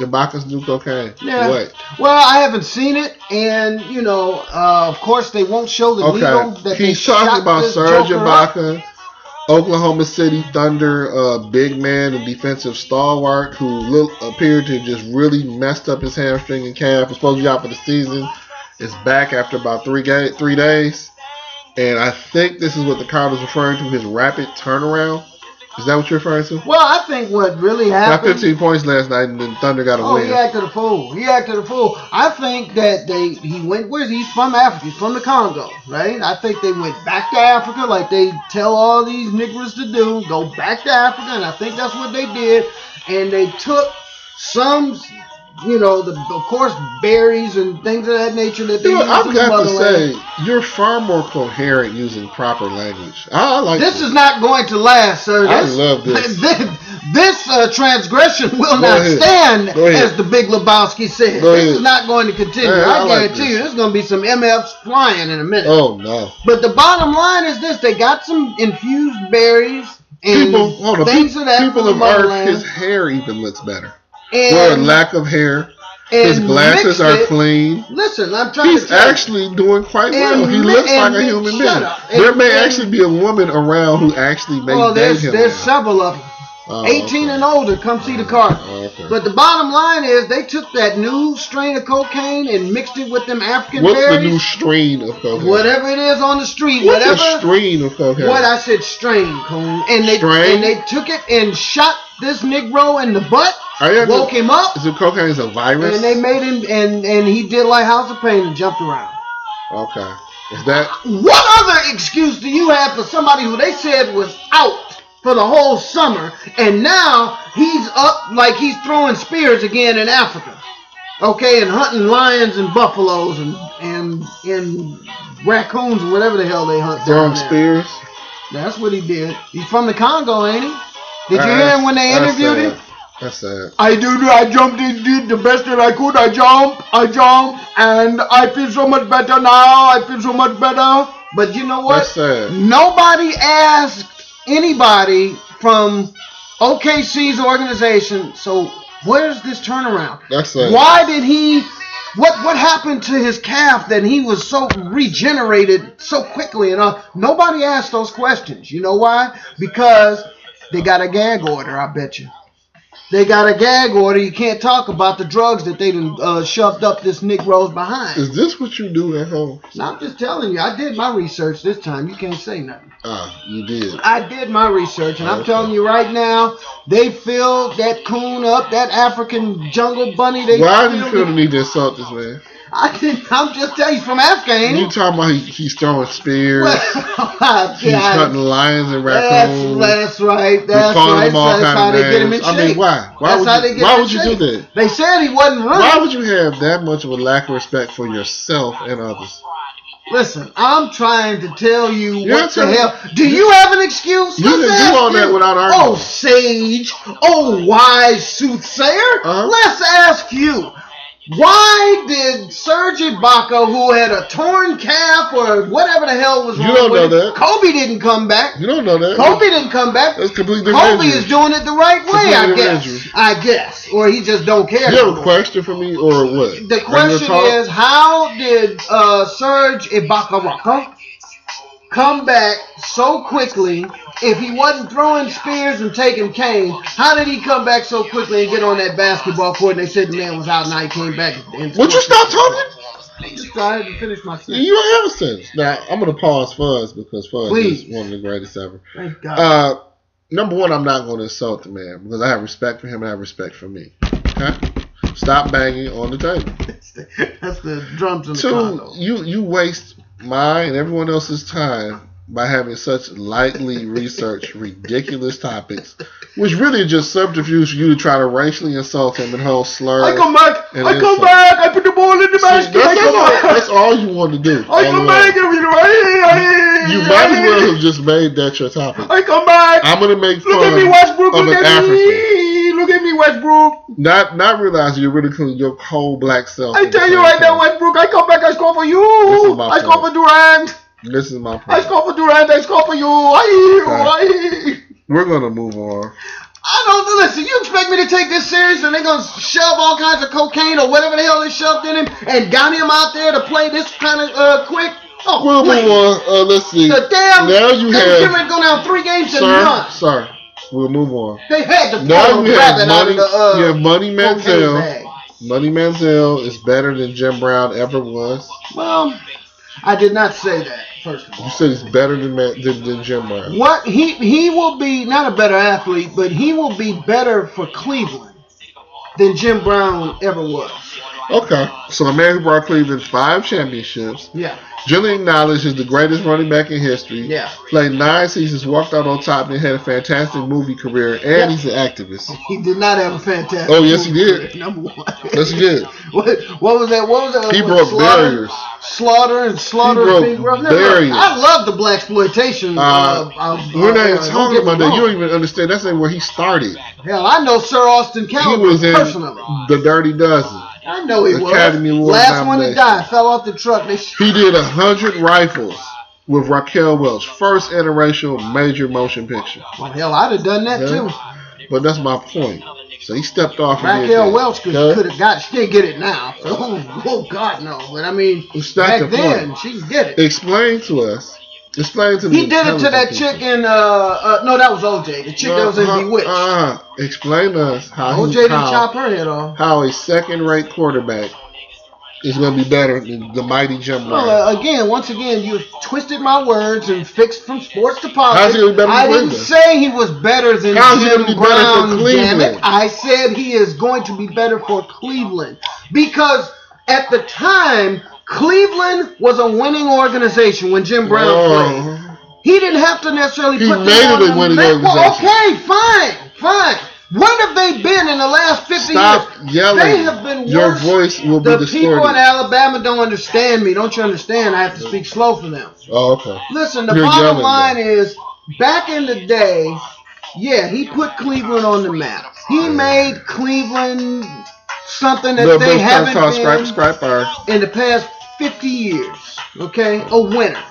[SPEAKER 1] Ibaka's new cocaine.
[SPEAKER 2] Yeah.
[SPEAKER 1] What?
[SPEAKER 2] Well, I haven't seen it, and you know, uh, of course, they won't show the needle
[SPEAKER 1] Okay.
[SPEAKER 2] that they
[SPEAKER 1] He's talking
[SPEAKER 2] shot
[SPEAKER 1] about
[SPEAKER 2] this
[SPEAKER 1] Serge
[SPEAKER 2] Joker up.
[SPEAKER 1] Ibaka, Oklahoma City Thunder, uh, big man and defensive stalwart who look, appeared to just really messed up his hamstring and calf. Was supposed to be out for the season. Is back after about three ga- three days. And I think this is what the card is referring to, his rapid turnaround. Is that what you're referring to?
[SPEAKER 2] Well, I think what really
[SPEAKER 1] Got
[SPEAKER 2] happened.
[SPEAKER 1] 15 points last night, and then Thunder got a
[SPEAKER 2] Oh,
[SPEAKER 1] win.
[SPEAKER 2] he acted a fool. He acted a fool. I think that they he went where he's from Africa. He's from the Congo, right? I think they went back to Africa like they tell all these niggers to do. Go back to Africa, and I think that's what they did. And they took some you know, the of course berries and things of that nature that they
[SPEAKER 1] Dude,
[SPEAKER 2] use
[SPEAKER 1] I've
[SPEAKER 2] in
[SPEAKER 1] got to
[SPEAKER 2] motherland.
[SPEAKER 1] say, you're far more coherent using proper language. I, I like
[SPEAKER 2] This is not going to last, sir.
[SPEAKER 1] I
[SPEAKER 2] This,
[SPEAKER 1] love this.
[SPEAKER 2] This, this, uh, transgression will
[SPEAKER 1] Go
[SPEAKER 2] not
[SPEAKER 1] ahead.
[SPEAKER 2] stand,
[SPEAKER 1] Go ahead.
[SPEAKER 2] as the Big Lebowski said.
[SPEAKER 1] Go
[SPEAKER 2] this
[SPEAKER 1] ahead.
[SPEAKER 2] is not going to continue.
[SPEAKER 1] Hey, I
[SPEAKER 2] I,
[SPEAKER 1] like
[SPEAKER 2] guarantee
[SPEAKER 1] this.
[SPEAKER 2] you, there's going to be some MFs flying in a minute.
[SPEAKER 1] Oh no,
[SPEAKER 2] But the bottom line is this: they got some infused berries and
[SPEAKER 1] people, hold on,
[SPEAKER 2] things
[SPEAKER 1] pe-
[SPEAKER 2] of that
[SPEAKER 1] people
[SPEAKER 2] from
[SPEAKER 1] of
[SPEAKER 2] the
[SPEAKER 1] Earth,
[SPEAKER 2] motherland,
[SPEAKER 1] his hair even looks better. Or
[SPEAKER 2] and,
[SPEAKER 1] lack of hair.
[SPEAKER 2] and
[SPEAKER 1] His glasses
[SPEAKER 2] mixed
[SPEAKER 1] are
[SPEAKER 2] it.
[SPEAKER 1] clean.
[SPEAKER 2] Listen, I'm trying to
[SPEAKER 1] He's
[SPEAKER 2] tell you.
[SPEAKER 1] actually doing quite well.
[SPEAKER 2] And
[SPEAKER 1] He
[SPEAKER 2] mi-
[SPEAKER 1] looks like
[SPEAKER 2] and
[SPEAKER 1] a
[SPEAKER 2] mi-
[SPEAKER 1] human
[SPEAKER 2] shut
[SPEAKER 1] being.
[SPEAKER 2] up.
[SPEAKER 1] There
[SPEAKER 2] And-
[SPEAKER 1] may
[SPEAKER 2] and-
[SPEAKER 1] actually be a woman around who actually may
[SPEAKER 2] Well,
[SPEAKER 1] date
[SPEAKER 2] oh, there's
[SPEAKER 1] him.
[SPEAKER 2] there's several of them.
[SPEAKER 1] Oh,
[SPEAKER 2] 18
[SPEAKER 1] okay.
[SPEAKER 2] and older, come see the car.
[SPEAKER 1] Oh, okay.
[SPEAKER 2] But the bottom line is they took that new strain of cocaine and mixed it with them African
[SPEAKER 1] What's the new
[SPEAKER 2] berries.
[SPEAKER 1] strain of cocaine?
[SPEAKER 2] whatever it is on the street,
[SPEAKER 1] What's the
[SPEAKER 2] whatever.
[SPEAKER 1] strain of cocaine?
[SPEAKER 2] What I said, strain, coon. And they
[SPEAKER 1] Strain?
[SPEAKER 2] and they took it and shot this Negro in the butt,
[SPEAKER 1] Are you
[SPEAKER 2] woke him up,
[SPEAKER 1] Is it cocaine is a virus?
[SPEAKER 2] and they made him and and he did like House of Pain and jumped around.
[SPEAKER 1] okay. Is
[SPEAKER 2] Oh,
[SPEAKER 1] that
[SPEAKER 2] What other excuse do you have for somebody who they said was out for the whole summer and now he's up like he's throwing spears again in Africa? Okay, and hunting lions and buffaloes and and and raccoons or whatever the hell they hunt.
[SPEAKER 1] throwing
[SPEAKER 2] down there.
[SPEAKER 1] spears?
[SPEAKER 2] That's what he did. He's from the Congo, ain't he? Did you
[SPEAKER 1] Uh,
[SPEAKER 2] hear him when they
[SPEAKER 1] that's
[SPEAKER 2] interviewed him?
[SPEAKER 1] sad. That's sad.
[SPEAKER 2] I do. I jumped and did the best that I could. I jump, I jump, and I feel so much better now. I feel so much better. But you know
[SPEAKER 1] That's
[SPEAKER 2] what?
[SPEAKER 1] sad.
[SPEAKER 2] Nobody asked anybody from OKC's organization. So where's this turnaround?
[SPEAKER 1] That's sad.
[SPEAKER 2] Why did he? What what happened to his calf that he was so regenerated so quickly? And all? nobody asked those questions. You know why? Because they got a gag order. I bet you. They got a gag order. You can't talk about the drugs that they done, uh, shoved up this Nick Rose behind.
[SPEAKER 1] Is this what you do at home?
[SPEAKER 2] Now, I'm just telling you, I did my research this time. You can't say nothing.
[SPEAKER 1] Ah, you did.
[SPEAKER 2] I did my research, and I'm
[SPEAKER 1] Okay.
[SPEAKER 2] telling you right now, they filled that coon up, that African jungle bunny. They
[SPEAKER 1] Why do you
[SPEAKER 2] filled
[SPEAKER 1] feel
[SPEAKER 2] it
[SPEAKER 1] the need to insult this man?
[SPEAKER 2] I didn't, I'm just telling you, he's from Afghan.
[SPEAKER 1] You talking about he, he's throwing spears,
[SPEAKER 2] Well,
[SPEAKER 1] he's hunting
[SPEAKER 2] God,
[SPEAKER 1] lions and
[SPEAKER 2] that's,
[SPEAKER 1] raccoons.
[SPEAKER 2] that's right.
[SPEAKER 1] He
[SPEAKER 2] That's
[SPEAKER 1] calling
[SPEAKER 2] right.
[SPEAKER 1] them all
[SPEAKER 2] That's
[SPEAKER 1] kind
[SPEAKER 2] how
[SPEAKER 1] of
[SPEAKER 2] they get him in
[SPEAKER 1] names.
[SPEAKER 2] shape.
[SPEAKER 1] I mean, why? Why
[SPEAKER 2] That's
[SPEAKER 1] would
[SPEAKER 2] how
[SPEAKER 1] you,
[SPEAKER 2] they get
[SPEAKER 1] why
[SPEAKER 2] him in
[SPEAKER 1] would you do
[SPEAKER 2] shape.
[SPEAKER 1] that?
[SPEAKER 2] They said he wasn't running.
[SPEAKER 1] Why would you have that much of a lack of respect for yourself and others?
[SPEAKER 2] Listen, I'm trying to tell you
[SPEAKER 1] You're
[SPEAKER 2] what the
[SPEAKER 1] telling-
[SPEAKER 2] hell. Do you have an excuse?
[SPEAKER 1] You didn't do
[SPEAKER 2] ask
[SPEAKER 1] all that
[SPEAKER 2] you.
[SPEAKER 1] without arguing.
[SPEAKER 2] Oh, sage. Oh, wise soothsayer.
[SPEAKER 1] Uh-huh.
[SPEAKER 2] Let's ask you. Why did Serge Ibaka, who had a torn calf or whatever the hell was
[SPEAKER 1] You
[SPEAKER 2] wrong
[SPEAKER 1] don't
[SPEAKER 2] with
[SPEAKER 1] know
[SPEAKER 2] him-
[SPEAKER 1] that.
[SPEAKER 2] Kobe didn't come back.
[SPEAKER 1] You don't know that.
[SPEAKER 2] Kobe didn't come back.
[SPEAKER 1] That's completely different.
[SPEAKER 2] Kobe is doing it the right way, I
[SPEAKER 1] Completely
[SPEAKER 2] guess.
[SPEAKER 1] different.
[SPEAKER 2] I guess, or he just don't care.
[SPEAKER 1] You have a question for me or what?
[SPEAKER 2] The
[SPEAKER 1] Regular
[SPEAKER 2] question
[SPEAKER 1] talk?
[SPEAKER 2] is, how did uh, Serge Ibaka come back so quickly? If he wasn't throwing spears and taking cane, how did he come back so quickly and get on that basketball court? And they said the man was out, and now he came back. And
[SPEAKER 1] Would you stop talking?
[SPEAKER 2] I just tried to finish my sentence.
[SPEAKER 1] You don't have a sense. Now I'm gonna pause Fuzz because Fuzz
[SPEAKER 2] Please.
[SPEAKER 1] is one of the greatest ever.
[SPEAKER 2] Thank God.
[SPEAKER 1] Uh, number one, I'm not going to insult the man because I have respect for him and I have respect for me. Okay? Stop banging on the table.
[SPEAKER 2] that's, the, that's the drums in the
[SPEAKER 1] Two,
[SPEAKER 2] condo.
[SPEAKER 1] you you waste my and everyone else's time by having such lightly researched, ridiculous topics, which really are just subterfuge for you to try to racially insult him and hold slurs.
[SPEAKER 2] I come back.
[SPEAKER 1] It
[SPEAKER 2] I
[SPEAKER 1] is
[SPEAKER 2] come
[SPEAKER 1] so.
[SPEAKER 2] back. I put the ball in the
[SPEAKER 1] See, that's,
[SPEAKER 2] basket. I come
[SPEAKER 1] that's all,
[SPEAKER 2] back.
[SPEAKER 1] that's all you want to do.
[SPEAKER 2] I
[SPEAKER 1] all
[SPEAKER 2] come
[SPEAKER 1] the way.
[SPEAKER 2] back every night.
[SPEAKER 1] You might as well have just made that your topic.
[SPEAKER 2] I come back.
[SPEAKER 1] I'm gonna make fun
[SPEAKER 2] Look at me, Westbrook.
[SPEAKER 1] of
[SPEAKER 2] Look
[SPEAKER 1] Um, an
[SPEAKER 2] at me. Look at me, Westbrook.
[SPEAKER 1] Not not realizing you're ridiculing your whole black self.
[SPEAKER 2] I
[SPEAKER 1] at the
[SPEAKER 2] tell you
[SPEAKER 1] same
[SPEAKER 2] right now,
[SPEAKER 1] time.
[SPEAKER 2] Westbrook. I come back. I score for you.
[SPEAKER 1] This is my
[SPEAKER 2] I score
[SPEAKER 1] point.
[SPEAKER 2] for Durant.
[SPEAKER 1] This is my
[SPEAKER 2] I
[SPEAKER 1] point.
[SPEAKER 2] score for Durant. I score for you. I, I.
[SPEAKER 1] We're gonna move on.
[SPEAKER 2] I don't listen. You expect me to take this serious and they're gonna shove all kinds of cocaine or whatever the hell they shoved in him and got him out there to play this kind of uh quick? Oh,
[SPEAKER 1] We'll move
[SPEAKER 2] please.
[SPEAKER 1] on. Uh, let's see.
[SPEAKER 2] The damn
[SPEAKER 1] Now you have-
[SPEAKER 2] Thanksgiving go down three games to
[SPEAKER 1] Sir,
[SPEAKER 2] none.
[SPEAKER 1] sir, we'll move on.
[SPEAKER 2] They had to
[SPEAKER 1] Now
[SPEAKER 2] pull the
[SPEAKER 1] you have
[SPEAKER 2] rabbit out
[SPEAKER 1] money.
[SPEAKER 2] of the uh,
[SPEAKER 1] you have Money
[SPEAKER 2] cocaine
[SPEAKER 1] Manziel.
[SPEAKER 2] bag.
[SPEAKER 1] Money Manziel is better than Jim Brown ever was.
[SPEAKER 2] Well, I did not say that. First of
[SPEAKER 1] You
[SPEAKER 2] all,
[SPEAKER 1] said he's better than Man- than, than Jim Brown.
[SPEAKER 2] what he he will be not a better athlete, but he will be better for Cleveland than Jim Brown ever was.
[SPEAKER 1] Okay. So the man who brought Cleveland five championships,
[SPEAKER 2] Yeah.
[SPEAKER 1] generally acknowledged as the greatest running back in history.
[SPEAKER 2] Yeah.
[SPEAKER 1] Played nine seasons, walked out on top, and had a fantastic movie career. And
[SPEAKER 2] Yeah.
[SPEAKER 1] he's an activist.
[SPEAKER 2] He did not have a fantastic.
[SPEAKER 1] Oh, yes, he
[SPEAKER 2] career,
[SPEAKER 1] did.
[SPEAKER 2] Number one.
[SPEAKER 1] That's good.
[SPEAKER 2] What, what was that? What was that?
[SPEAKER 1] He
[SPEAKER 2] Was
[SPEAKER 1] broke
[SPEAKER 2] Slaughter?
[SPEAKER 1] barriers.
[SPEAKER 2] Slaughter and slaughter.
[SPEAKER 1] He broke
[SPEAKER 2] and Big Brother?
[SPEAKER 1] barriers.
[SPEAKER 2] I love the black exploitation. Uh,
[SPEAKER 1] Uh,
[SPEAKER 2] uh,
[SPEAKER 1] We're not
[SPEAKER 2] uh,
[SPEAKER 1] even
[SPEAKER 2] don't
[SPEAKER 1] talking
[SPEAKER 2] get me
[SPEAKER 1] about that. You
[SPEAKER 2] wrong.
[SPEAKER 1] don't even understand. That's where he started.
[SPEAKER 2] Hell, I know Sir Austin
[SPEAKER 1] He
[SPEAKER 2] Coward
[SPEAKER 1] was in
[SPEAKER 2] personally.
[SPEAKER 1] the Dirty Dozen.
[SPEAKER 2] I know he was.
[SPEAKER 1] Academy Award
[SPEAKER 2] Last one to
[SPEAKER 1] nomination.
[SPEAKER 2] die fell off the truck. They sh-
[SPEAKER 1] He did a hundred rifles with Raquel Welch, first interracial major motion picture.
[SPEAKER 2] well, hell, I'd have done that
[SPEAKER 1] Yeah.
[SPEAKER 2] too.
[SPEAKER 1] But that's my point. So he stepped off. and did
[SPEAKER 2] Raquel
[SPEAKER 1] that.
[SPEAKER 2] Welch could
[SPEAKER 1] Okay?
[SPEAKER 2] have got. She didn't get it now. Oh, oh, God no. But I mean,
[SPEAKER 1] It's not
[SPEAKER 2] back
[SPEAKER 1] the
[SPEAKER 2] then
[SPEAKER 1] point.
[SPEAKER 2] she can get it.
[SPEAKER 1] Explain to us. Explain to me.
[SPEAKER 2] He did it to that chick in. Uh, uh, no, that was OJ. The chick that was in Bewitched.
[SPEAKER 1] Uh, explain to us how
[SPEAKER 2] OJ
[SPEAKER 1] he,
[SPEAKER 2] didn't
[SPEAKER 1] how,
[SPEAKER 2] chop her head off.
[SPEAKER 1] how a second-rate quarterback is going to be better than the mighty Jim Ryan.
[SPEAKER 2] Well, uh, again, once again, you twisted my words and fixed from sports to politics.
[SPEAKER 1] How's he gonna be better than
[SPEAKER 2] I didn't
[SPEAKER 1] Cleveland?
[SPEAKER 2] say he was better than
[SPEAKER 1] How's he
[SPEAKER 2] Jim
[SPEAKER 1] gonna be better than
[SPEAKER 2] Brown. damn it!
[SPEAKER 1] Cleveland?
[SPEAKER 2] I said he is going to be better for Cleveland because at the time Cleveland was a winning organization when Jim Brown played.
[SPEAKER 1] Oh,
[SPEAKER 2] He didn't have to necessarily
[SPEAKER 1] He
[SPEAKER 2] put them
[SPEAKER 1] made it
[SPEAKER 2] on
[SPEAKER 1] a
[SPEAKER 2] the
[SPEAKER 1] winning
[SPEAKER 2] map. Well,
[SPEAKER 1] organization.
[SPEAKER 2] okay, fine, fine. What have they been in the last 50
[SPEAKER 1] stop
[SPEAKER 2] years?
[SPEAKER 1] yelling.
[SPEAKER 2] They have been
[SPEAKER 1] Your
[SPEAKER 2] worse.
[SPEAKER 1] voice will be
[SPEAKER 2] The people in
[SPEAKER 1] distorted.
[SPEAKER 2] Alabama don't understand me. Don't you understand? I have to speak slow for them.
[SPEAKER 1] Oh, okay.
[SPEAKER 2] Listen, the
[SPEAKER 1] You're
[SPEAKER 2] bottom
[SPEAKER 1] yelling,
[SPEAKER 2] line
[SPEAKER 1] though.
[SPEAKER 2] is back in the day, yeah, he put Cleveland on the map. He made Cleveland something that
[SPEAKER 1] Little
[SPEAKER 2] they
[SPEAKER 1] bit
[SPEAKER 2] haven't
[SPEAKER 1] called Scrape
[SPEAKER 2] been
[SPEAKER 1] Scrape Fire.
[SPEAKER 2] in the past 50 years. Okay? A winner.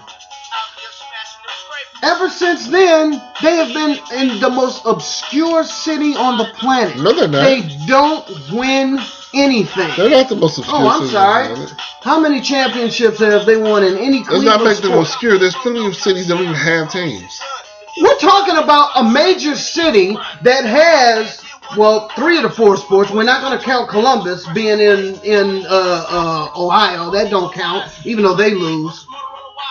[SPEAKER 2] Ever since then, they have been in the most obscure city on the planet.
[SPEAKER 1] No, they're not.
[SPEAKER 2] They don't win anything.
[SPEAKER 1] They're not the most obscure.
[SPEAKER 2] Oh, I'm
[SPEAKER 1] cities,
[SPEAKER 2] sorry.
[SPEAKER 1] man.
[SPEAKER 2] How many championships have they won in any
[SPEAKER 1] Let's
[SPEAKER 2] Cleveland
[SPEAKER 1] not make them
[SPEAKER 2] sport?
[SPEAKER 1] obscure. There's plenty of cities that don't even have teams.
[SPEAKER 2] We're talking about a major city that has, well, three of the four sports. We're not going to count Columbus being in in uh, uh, Ohio. That don't count, even though they lose.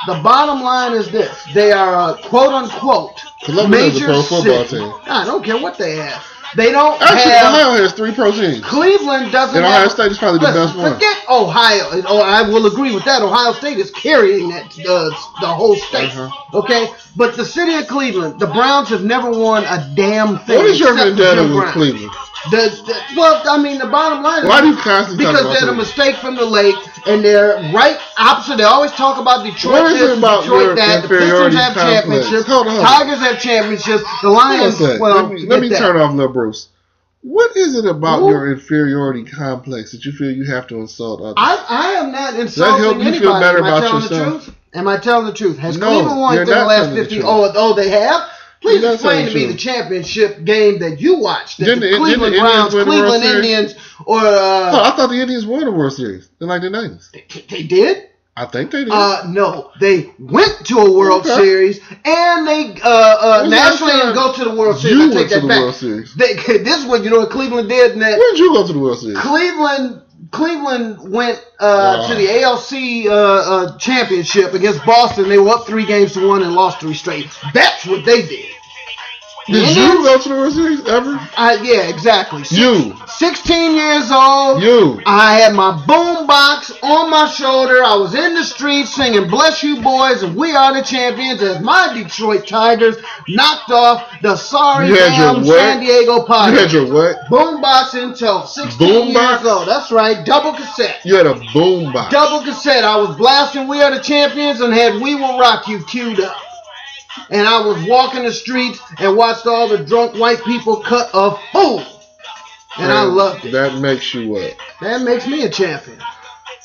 [SPEAKER 2] The bottom line is this: they are a quote unquote
[SPEAKER 1] Columbus has a
[SPEAKER 2] major
[SPEAKER 1] pro football
[SPEAKER 2] city.
[SPEAKER 1] team.
[SPEAKER 2] I don't care what they have. They don't
[SPEAKER 1] Actually,
[SPEAKER 2] have.
[SPEAKER 1] Ohio has three pro teams.
[SPEAKER 2] Cleveland doesn't.
[SPEAKER 1] And
[SPEAKER 2] have-
[SPEAKER 1] Ohio State is probably the
[SPEAKER 2] Listen,
[SPEAKER 1] best one.
[SPEAKER 2] Forget Ohio. And, Oh, I will agree with that. Ohio State is carrying that uh, the whole state.
[SPEAKER 1] Uh-huh.
[SPEAKER 2] Okay, but the city of Cleveland, the Browns have never won a damn thing.
[SPEAKER 1] What is your
[SPEAKER 2] except for
[SPEAKER 1] vendetta
[SPEAKER 2] Jim
[SPEAKER 1] with
[SPEAKER 2] Brown.
[SPEAKER 1] Cleveland?
[SPEAKER 2] The, the, well, I mean, the bottom line. is-
[SPEAKER 1] Why do you constantly talk
[SPEAKER 2] Because
[SPEAKER 1] about
[SPEAKER 2] they're the
[SPEAKER 1] Cleveland?
[SPEAKER 2] mistake from the lake, and they're right opposite. They always talk about Detroit
[SPEAKER 1] What is
[SPEAKER 2] this,
[SPEAKER 1] it about
[SPEAKER 2] Detroit
[SPEAKER 1] your
[SPEAKER 2] that. The Pistons
[SPEAKER 1] inferiority
[SPEAKER 2] have
[SPEAKER 1] complex?
[SPEAKER 2] championships.
[SPEAKER 1] Hold on.
[SPEAKER 2] Tigers have championships. The
[SPEAKER 1] Hold on a
[SPEAKER 2] Lions.
[SPEAKER 1] sec.
[SPEAKER 2] Well,
[SPEAKER 1] let me, let
[SPEAKER 2] forget
[SPEAKER 1] me
[SPEAKER 2] that.
[SPEAKER 1] turn off little Bruce. What is it about
[SPEAKER 2] Who?
[SPEAKER 1] your inferiority complex that you feel you have to insult others?
[SPEAKER 2] I, I am not insulting
[SPEAKER 1] help you feel
[SPEAKER 2] anybody.
[SPEAKER 1] better
[SPEAKER 2] Am I
[SPEAKER 1] about
[SPEAKER 2] telling
[SPEAKER 1] yourself?
[SPEAKER 2] the truth? Am I telling the truth? Has
[SPEAKER 1] No,
[SPEAKER 2] Cleveland won
[SPEAKER 1] you're
[SPEAKER 2] anything in the
[SPEAKER 1] not
[SPEAKER 2] last
[SPEAKER 1] telling the
[SPEAKER 2] 50?
[SPEAKER 1] truth.
[SPEAKER 2] Oh, oh, they have? Please
[SPEAKER 1] You're not
[SPEAKER 2] explain
[SPEAKER 1] telling
[SPEAKER 2] to
[SPEAKER 1] the
[SPEAKER 2] me the
[SPEAKER 1] truth.
[SPEAKER 2] championship game that you watched. That
[SPEAKER 1] Didn't
[SPEAKER 2] the
[SPEAKER 1] the- didn't the
[SPEAKER 2] Cleveland
[SPEAKER 1] Indians
[SPEAKER 2] Browns,
[SPEAKER 1] win the World
[SPEAKER 2] Cleveland
[SPEAKER 1] Series?
[SPEAKER 2] Indians, or.
[SPEAKER 1] oh,
[SPEAKER 2] Uh,
[SPEAKER 1] I thought the Indians won the World Series in like the 90s.
[SPEAKER 2] they, they did?
[SPEAKER 1] I think they did.
[SPEAKER 2] Uh, no, they went to a World
[SPEAKER 1] Okay.
[SPEAKER 2] Series and they uh, uh,
[SPEAKER 1] When's the last
[SPEAKER 2] nationally didn't
[SPEAKER 1] time
[SPEAKER 2] go to the World Series.
[SPEAKER 1] you
[SPEAKER 2] I take
[SPEAKER 1] went to
[SPEAKER 2] that
[SPEAKER 1] the
[SPEAKER 2] back.
[SPEAKER 1] World Series.
[SPEAKER 2] They, this is what you know what Cleveland did in that
[SPEAKER 1] When did you go to the World Series?
[SPEAKER 2] Cleveland Cleveland went uh,
[SPEAKER 1] Wow.
[SPEAKER 2] to the ALC uh, uh, championship against Boston. They were up three games to one and lost three straight. That's what they did.
[SPEAKER 1] Did you
[SPEAKER 2] Indians?
[SPEAKER 1] go to the World Series ever?
[SPEAKER 2] I, yeah, exactly. Six-
[SPEAKER 1] You.
[SPEAKER 2] 16 years old.
[SPEAKER 1] You.
[SPEAKER 2] I had my boom box on my shoulder. I was in the streets singing Bless You Boys and We Are the Champions as my Detroit Tigers knocked off the sorry
[SPEAKER 1] You had your
[SPEAKER 2] damn
[SPEAKER 1] what?
[SPEAKER 2] San Diego
[SPEAKER 1] You
[SPEAKER 2] Padres.
[SPEAKER 1] had your what?
[SPEAKER 2] Boombox in tow, 16
[SPEAKER 1] Boombox?
[SPEAKER 2] years old. That's right, double cassette.
[SPEAKER 1] You had a boom box.
[SPEAKER 2] Double cassette. I was blasting We Are the Champions and had We Will Rock You queued up. And I was walking the streets and watched all the drunk white people cut a fool. And I loved it.
[SPEAKER 1] That makes you what?
[SPEAKER 2] That makes me a champion.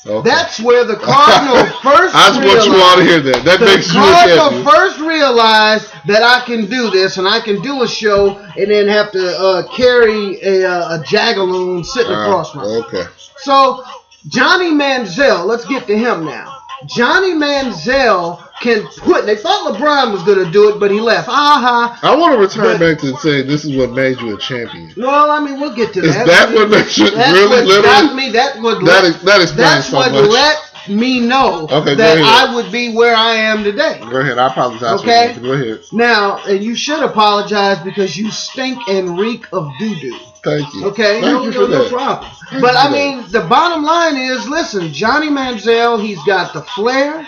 [SPEAKER 1] Okay.
[SPEAKER 2] That's where the Cardinal first
[SPEAKER 1] I just want you all to
[SPEAKER 2] realized-
[SPEAKER 1] hear that. That
[SPEAKER 2] the
[SPEAKER 1] makes you a
[SPEAKER 2] Cardinal
[SPEAKER 1] champion.
[SPEAKER 2] first realized that I can do this, and I can do a show, and then have to uh, carry a, uh, a jagaloon sitting
[SPEAKER 1] Ah,
[SPEAKER 2] across my.
[SPEAKER 1] okay.
[SPEAKER 2] So Johnny Manziel, let's get to him now. Johnny Manziel can put. They thought LeBron was going to do it, but he left. Aha.
[SPEAKER 1] I want to return
[SPEAKER 2] But-
[SPEAKER 1] back to saying this is what made you a champion.
[SPEAKER 2] Well, I mean, we'll get to
[SPEAKER 1] Is
[SPEAKER 2] that.
[SPEAKER 1] that what makes you
[SPEAKER 2] That's
[SPEAKER 1] really
[SPEAKER 2] what got
[SPEAKER 1] literally?
[SPEAKER 2] me. That what
[SPEAKER 1] That,
[SPEAKER 2] let,
[SPEAKER 1] is, that explains
[SPEAKER 2] that's
[SPEAKER 1] so
[SPEAKER 2] what
[SPEAKER 1] much.
[SPEAKER 2] let me know
[SPEAKER 1] Okay, go
[SPEAKER 2] that
[SPEAKER 1] ahead.
[SPEAKER 2] I would be where I am today.
[SPEAKER 1] Go ahead. I apologize.
[SPEAKER 2] Okay.
[SPEAKER 1] For you. Go ahead.
[SPEAKER 2] Now, and you should apologize because you stink and reek of doo doo.
[SPEAKER 1] Thank you.
[SPEAKER 2] Okay,
[SPEAKER 1] Thank
[SPEAKER 2] no,
[SPEAKER 1] you
[SPEAKER 2] no,
[SPEAKER 1] for
[SPEAKER 2] no
[SPEAKER 1] that.
[SPEAKER 2] problem.
[SPEAKER 1] Thank
[SPEAKER 2] But
[SPEAKER 1] you
[SPEAKER 2] I
[SPEAKER 1] for
[SPEAKER 2] mean, the bottom line is, listen, Johnny Manziel, he's got the flair,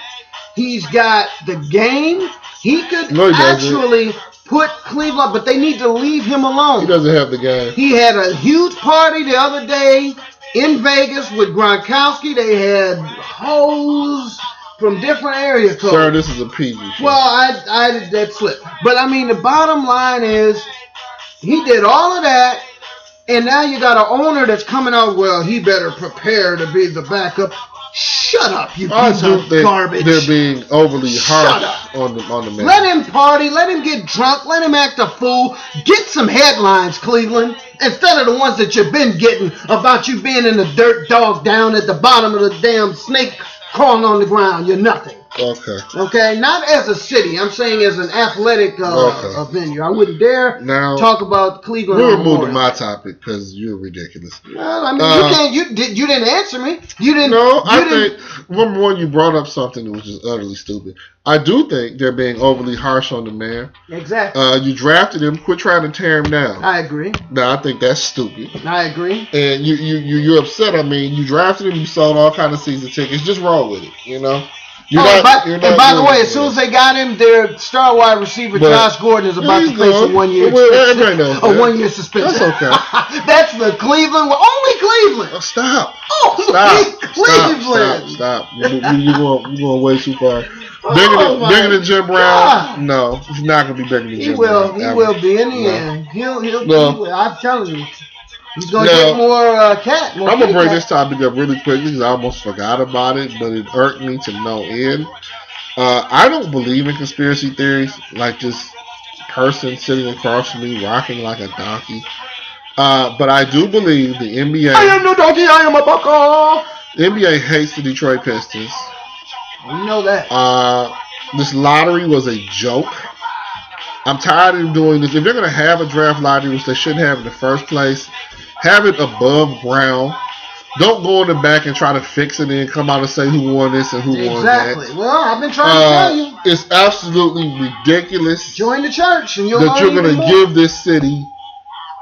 [SPEAKER 2] he's got the game. He could
[SPEAKER 1] No, he doesn't.
[SPEAKER 2] actually put Cleveland, but they need to leave him
[SPEAKER 1] He
[SPEAKER 2] alone.
[SPEAKER 1] doesn't have the game.
[SPEAKER 2] He had a huge party the other day in Vegas with Gronkowski. They had hoes from different area codes.
[SPEAKER 1] Sir, this is a PG. show.
[SPEAKER 2] Well, I, I did that slip. But I mean, the bottom line is he did all of that, and now you got an owner that's coming out. Well, he better prepare to be the backup. Shut up, you
[SPEAKER 1] I
[SPEAKER 2] piece
[SPEAKER 1] do
[SPEAKER 2] of
[SPEAKER 1] think
[SPEAKER 2] garbage.
[SPEAKER 1] they're being overly
[SPEAKER 2] Shut
[SPEAKER 1] harsh on the on the man.
[SPEAKER 2] Let him party. Let him get drunk. Let him act a fool. Get some headlines, Cleveland, instead of the ones that you've been getting about you being in the dirt dog down at the bottom of the damn snake crawling on the ground. You're nothing.
[SPEAKER 1] okay.
[SPEAKER 2] Okay, not as a city. I'm saying as an athletic uh,
[SPEAKER 1] Okay.
[SPEAKER 2] uh, venue. I wouldn't dare
[SPEAKER 1] Now
[SPEAKER 2] talk about Cleveland.
[SPEAKER 1] we'll
[SPEAKER 2] Memorial.
[SPEAKER 1] move to my topic because you're ridiculous.
[SPEAKER 2] Well, I mean,
[SPEAKER 1] Uh,
[SPEAKER 2] you can't. You did. You didn't answer me. You didn't.
[SPEAKER 1] No,
[SPEAKER 2] you
[SPEAKER 1] I
[SPEAKER 2] didn't,
[SPEAKER 1] think number one, you brought up something which is utterly stupid. I do think they're being overly harsh on the man.
[SPEAKER 2] exactly.
[SPEAKER 1] Uh, you drafted him. Quit trying to tear him down.
[SPEAKER 2] I agree.
[SPEAKER 1] Now I think that's stupid.
[SPEAKER 2] I agree.
[SPEAKER 1] And you you you you're upset. I mean, you drafted him. You sold all kind of season tickets. Just roll with it. You know. You're
[SPEAKER 2] oh,
[SPEAKER 1] not-
[SPEAKER 2] but,
[SPEAKER 1] you're
[SPEAKER 2] and
[SPEAKER 1] not
[SPEAKER 2] by the
[SPEAKER 1] doing
[SPEAKER 2] way,
[SPEAKER 1] it.
[SPEAKER 2] as soon as they got him, their star wide receiver
[SPEAKER 1] But-
[SPEAKER 2] Josh Gordon is about
[SPEAKER 1] There
[SPEAKER 2] to
[SPEAKER 1] you
[SPEAKER 2] face
[SPEAKER 1] go.
[SPEAKER 2] a one year
[SPEAKER 1] Well,
[SPEAKER 2] suspension.
[SPEAKER 1] that ain't no
[SPEAKER 2] a
[SPEAKER 1] good.
[SPEAKER 2] one year suspension.
[SPEAKER 1] That's
[SPEAKER 2] That's the Cleveland. Only
[SPEAKER 1] Oh,
[SPEAKER 2] Cleveland.
[SPEAKER 1] stop.
[SPEAKER 2] Only
[SPEAKER 1] Stop. Stop. Stop.
[SPEAKER 2] Cleveland.
[SPEAKER 1] Stop. You, you, you're, going, you're going way too far. Bigger,
[SPEAKER 2] Oh,
[SPEAKER 1] than,
[SPEAKER 2] my
[SPEAKER 1] bigger than Jim
[SPEAKER 2] God.
[SPEAKER 1] Brown? No, he's not going to be bigger than
[SPEAKER 2] He
[SPEAKER 1] Jim
[SPEAKER 2] will.
[SPEAKER 1] Brown.
[SPEAKER 2] He
[SPEAKER 1] ever.
[SPEAKER 2] will be in the
[SPEAKER 1] No.
[SPEAKER 2] end. He'll. He'll.
[SPEAKER 1] No.
[SPEAKER 2] He will. I'm telling you, he's gonna
[SPEAKER 1] No.
[SPEAKER 2] get more uh, cat. More
[SPEAKER 1] I'm going to bring
[SPEAKER 2] feedback.
[SPEAKER 1] this topic up really quickly because I almost forgot about it, but it irked me to no end. Uh, I don't believe in conspiracy theories like this person sitting across from me rocking like a donkey. Uh, but I do believe the NBA.
[SPEAKER 2] I am no donkey. I am a buckle.
[SPEAKER 1] NBA hates the Detroit Pistons.
[SPEAKER 2] We know that.
[SPEAKER 1] Uh, this lottery was a joke. I'm tired of doing this. If they're going to have a draft lottery, which they shouldn't have in the first place, have it above ground. Don't go in the back and try to fix it and then come out and say who won this and who won that.
[SPEAKER 2] Exactly. Well, I've been trying to
[SPEAKER 1] Uh,
[SPEAKER 2] tell you.
[SPEAKER 1] it's absolutely ridiculous
[SPEAKER 2] Join the church, and you'll
[SPEAKER 1] that
[SPEAKER 2] learn
[SPEAKER 1] you're going to
[SPEAKER 2] even more.
[SPEAKER 1] give this city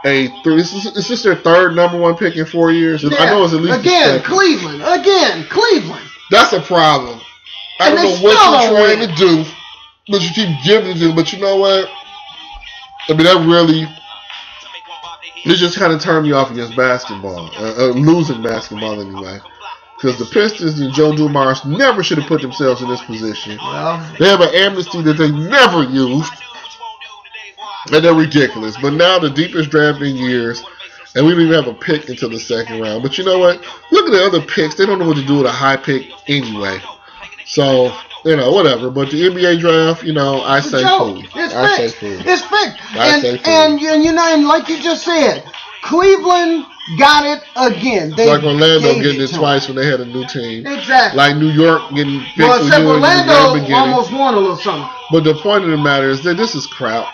[SPEAKER 1] a three. Is this, is this their third number one pick in four years? I know it's at least the
[SPEAKER 2] again,
[SPEAKER 1] second.
[SPEAKER 2] Cleveland. Again, Cleveland.
[SPEAKER 1] That's a problem. I
[SPEAKER 2] And
[SPEAKER 1] don't
[SPEAKER 2] they
[SPEAKER 1] know what
[SPEAKER 2] still
[SPEAKER 1] you're
[SPEAKER 2] don't
[SPEAKER 1] trying to do, but you keep giving it to them. But you know what? I mean, that really, it just kind of turned me off against basketball, uh, uh, losing basketball anyway. Because the Pistons and Joe Dumars never should have put themselves in this position.
[SPEAKER 2] Well,
[SPEAKER 1] They have an amnesty that they never used, and they're ridiculous. But now the deepest draft in years, and we don't even have a pick until the second round. But you know what? Look at the other picks. They don't know what to do with a high pick anyway. So, you know, whatever. But the NBA draft, you know, I
[SPEAKER 2] it's
[SPEAKER 1] say
[SPEAKER 2] a joke.
[SPEAKER 1] fool.
[SPEAKER 2] It's
[SPEAKER 1] I say
[SPEAKER 2] fixed.
[SPEAKER 1] fool.
[SPEAKER 2] It's fixed.
[SPEAKER 1] I
[SPEAKER 2] and,
[SPEAKER 1] say fool.
[SPEAKER 2] and and you know, and like you just said, Cleveland got it again. They
[SPEAKER 1] Like Orlando
[SPEAKER 2] gave
[SPEAKER 1] getting
[SPEAKER 2] it
[SPEAKER 1] it
[SPEAKER 2] to 'em.
[SPEAKER 1] twice when they had a new team.
[SPEAKER 2] Exactly.
[SPEAKER 1] Like New York getting picked
[SPEAKER 2] well,
[SPEAKER 1] with
[SPEAKER 2] except
[SPEAKER 1] you in the very
[SPEAKER 2] Orlando
[SPEAKER 1] beginning.
[SPEAKER 2] almost won a little something.
[SPEAKER 1] But the point of the matter is that this is crap.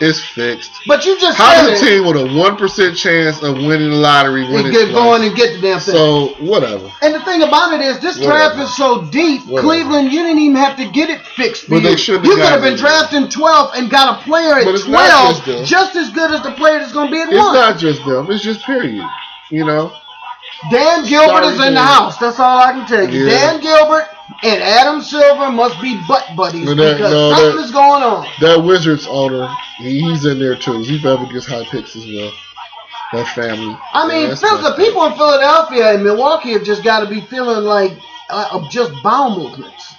[SPEAKER 1] It's fixed.
[SPEAKER 2] But you just
[SPEAKER 1] How
[SPEAKER 2] said
[SPEAKER 1] does a
[SPEAKER 2] it.
[SPEAKER 1] team with a one percent chance of winning the lottery win
[SPEAKER 2] You
[SPEAKER 1] it
[SPEAKER 2] get
[SPEAKER 1] twice?
[SPEAKER 2] going and get the damn thing.
[SPEAKER 1] So whatever.
[SPEAKER 2] and the thing about it is, this draft
[SPEAKER 1] Whatever.
[SPEAKER 2] is so deep.
[SPEAKER 1] Whatever.
[SPEAKER 2] Cleveland, you didn't even have to get it fixed. for
[SPEAKER 1] But they
[SPEAKER 2] you
[SPEAKER 1] should've
[SPEAKER 2] you could have
[SPEAKER 1] gotten
[SPEAKER 2] been
[SPEAKER 1] it.
[SPEAKER 2] drafting 12 and got a player at
[SPEAKER 1] But it's not
[SPEAKER 2] 12
[SPEAKER 1] just them.
[SPEAKER 2] just as good as the player that's going to be at
[SPEAKER 1] It's
[SPEAKER 2] one.
[SPEAKER 1] not just them. It's just period. You know.
[SPEAKER 2] Dan Gilbert
[SPEAKER 1] Sorry,
[SPEAKER 2] is in the
[SPEAKER 1] Dan.
[SPEAKER 2] house. That's all I can tell you.
[SPEAKER 1] Yeah.
[SPEAKER 2] Dan Gilbert and Adam Silver must be butt buddies
[SPEAKER 1] No, that-
[SPEAKER 2] because
[SPEAKER 1] no, that-
[SPEAKER 2] something's going on.
[SPEAKER 1] That Wizards owner, he- he's in there too. He probably gets high picks as well. That family.
[SPEAKER 2] I mean,
[SPEAKER 1] Yeah, that's
[SPEAKER 2] Phil, the
[SPEAKER 1] not-
[SPEAKER 2] people in Philadelphia and Milwaukee have just got to be feeling like uh, of just bowel movements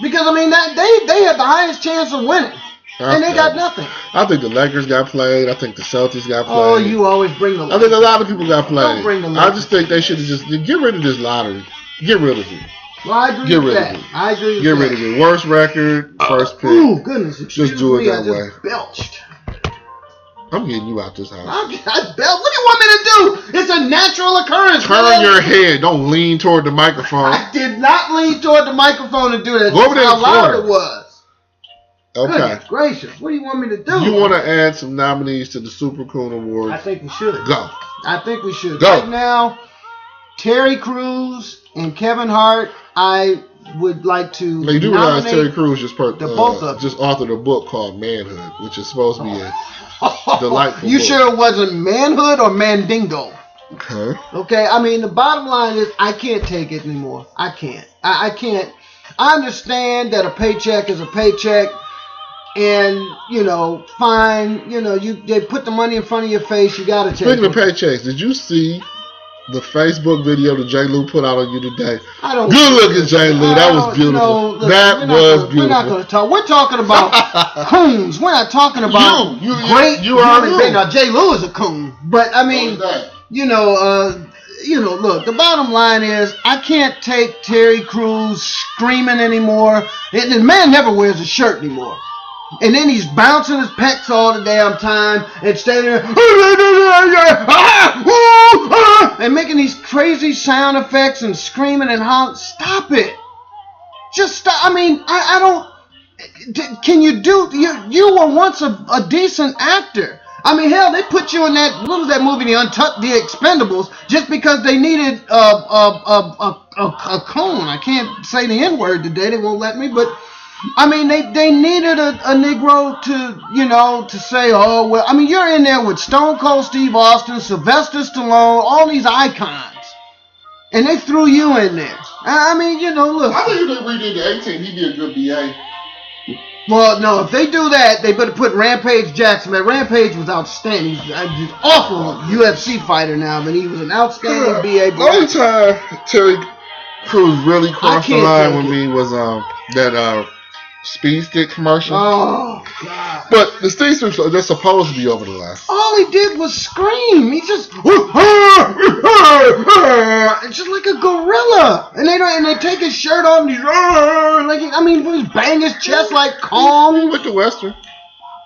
[SPEAKER 2] because I mean that they they had the highest chance of winning and they
[SPEAKER 1] Okay.
[SPEAKER 2] got nothing.
[SPEAKER 1] I think the Lakers got played. I think the Celtics got played.
[SPEAKER 2] Oh, you always bring the.
[SPEAKER 1] I think a lot of people got played.
[SPEAKER 2] bring them
[SPEAKER 1] I
[SPEAKER 2] up.
[SPEAKER 1] just think they should have just get rid of this lottery. Get rid of it.
[SPEAKER 2] Well, I agree
[SPEAKER 1] Get
[SPEAKER 2] with
[SPEAKER 1] rid of
[SPEAKER 2] that.
[SPEAKER 1] it.
[SPEAKER 2] I agree. With
[SPEAKER 1] Get
[SPEAKER 2] that.
[SPEAKER 1] rid of it. Worst record, first pick.
[SPEAKER 2] Ooh, goodness! excuse
[SPEAKER 1] do it
[SPEAKER 2] me, I
[SPEAKER 1] that
[SPEAKER 2] just
[SPEAKER 1] way.
[SPEAKER 2] Belched.
[SPEAKER 1] I'm getting you out this house.
[SPEAKER 2] I, I bel- What do you want me to do? It's a natural occurrence.
[SPEAKER 1] Turn
[SPEAKER 2] man.
[SPEAKER 1] your head. Don't lean toward the microphone.
[SPEAKER 2] I did not lean toward the microphone and do that.
[SPEAKER 1] Go over there
[SPEAKER 2] That's how
[SPEAKER 1] and
[SPEAKER 2] loud
[SPEAKER 1] corner.
[SPEAKER 2] it was.
[SPEAKER 1] Okay.
[SPEAKER 2] Goodness gracious. What do you want me to do?
[SPEAKER 1] You want to add some nominees to the Super Coon
[SPEAKER 2] I
[SPEAKER 1] Awards?
[SPEAKER 2] think we should.
[SPEAKER 1] Go.
[SPEAKER 2] I think we should.
[SPEAKER 1] Go.
[SPEAKER 2] Right now, Terry Crews and Kevin Hart, I would like to.
[SPEAKER 1] Now, you do realize
[SPEAKER 2] nominate-
[SPEAKER 1] Terry Crews just per,
[SPEAKER 2] the
[SPEAKER 1] uh,
[SPEAKER 2] both of- Oh.
[SPEAKER 1] just authored a book called Manhood, which is supposed to be a Delightful
[SPEAKER 2] you
[SPEAKER 1] book.
[SPEAKER 2] sure it wasn't manhood or mandingo?
[SPEAKER 1] huh?
[SPEAKER 2] Okay, I mean the bottom line is I can't take it anymore. I can't. I, I can't. I understand that a paycheck is a paycheck, and you know, fine. You know, you they put the money in front of your face. You gotta take
[SPEAKER 1] Speaking of
[SPEAKER 2] it.
[SPEAKER 1] paychecks, did you see the Facebook video that J. Lou put out on you today?
[SPEAKER 2] I don't.
[SPEAKER 1] Good looking J. Lou, that
[SPEAKER 2] I
[SPEAKER 1] was
[SPEAKER 2] don't-
[SPEAKER 1] beautiful.
[SPEAKER 2] listen, we're
[SPEAKER 1] that
[SPEAKER 2] not
[SPEAKER 1] was
[SPEAKER 2] gonna- We're not
[SPEAKER 1] beautiful.
[SPEAKER 2] gonna talk. We're talking about coons. We're not talking about
[SPEAKER 1] You, you- you-
[SPEAKER 2] great.
[SPEAKER 1] you are
[SPEAKER 2] human
[SPEAKER 1] you. Oh,
[SPEAKER 2] beings. Now Jay Lou is a coon, but I mean. you know, uh, you know, look, the bottom line is I can't take Terry Crews screaming anymore. And the man never wears a shirt anymore. And then he's bouncing his pecs all the damn time and standing there and making these crazy sound effects and screaming and hollering. Stop it. Just stop. I mean, I, I don't. D- Can you do? You you were once a, a decent actor. I mean, hell, they put you in that what was that movie, The Untucked, The Expendables, just because they needed a a a a, a, a cone. I can't say the N word today; they won't let me. But I mean, they they needed a, a Negro to you know to say, oh well. I mean, you're in there with Stone Cold Steve Austin, Sylvester Stallone, all these icons, and they threw you in there. I I mean, you know, look.
[SPEAKER 1] I think if they redid the 18, he'd be a good BA.
[SPEAKER 2] Well, no, if they do that, they better put Rampage Jackson. Man, Rampage was outstanding. He's an awful UFC fighter now, but he was an outstanding BA.
[SPEAKER 1] The only
[SPEAKER 2] But
[SPEAKER 1] time Terry Crews really crossed the
[SPEAKER 2] can't
[SPEAKER 1] line
[SPEAKER 2] take
[SPEAKER 1] with me was um that uh speed stick commercial.
[SPEAKER 2] oh, God.
[SPEAKER 1] but the speed sticks are they're supposed to be over the line.
[SPEAKER 2] All he did was scream. He just. It's just like a gorilla. And they don't, and they take his shirt off and he's. Like, I mean, he bang his chest like
[SPEAKER 1] He
[SPEAKER 2] calm.
[SPEAKER 1] went to Western.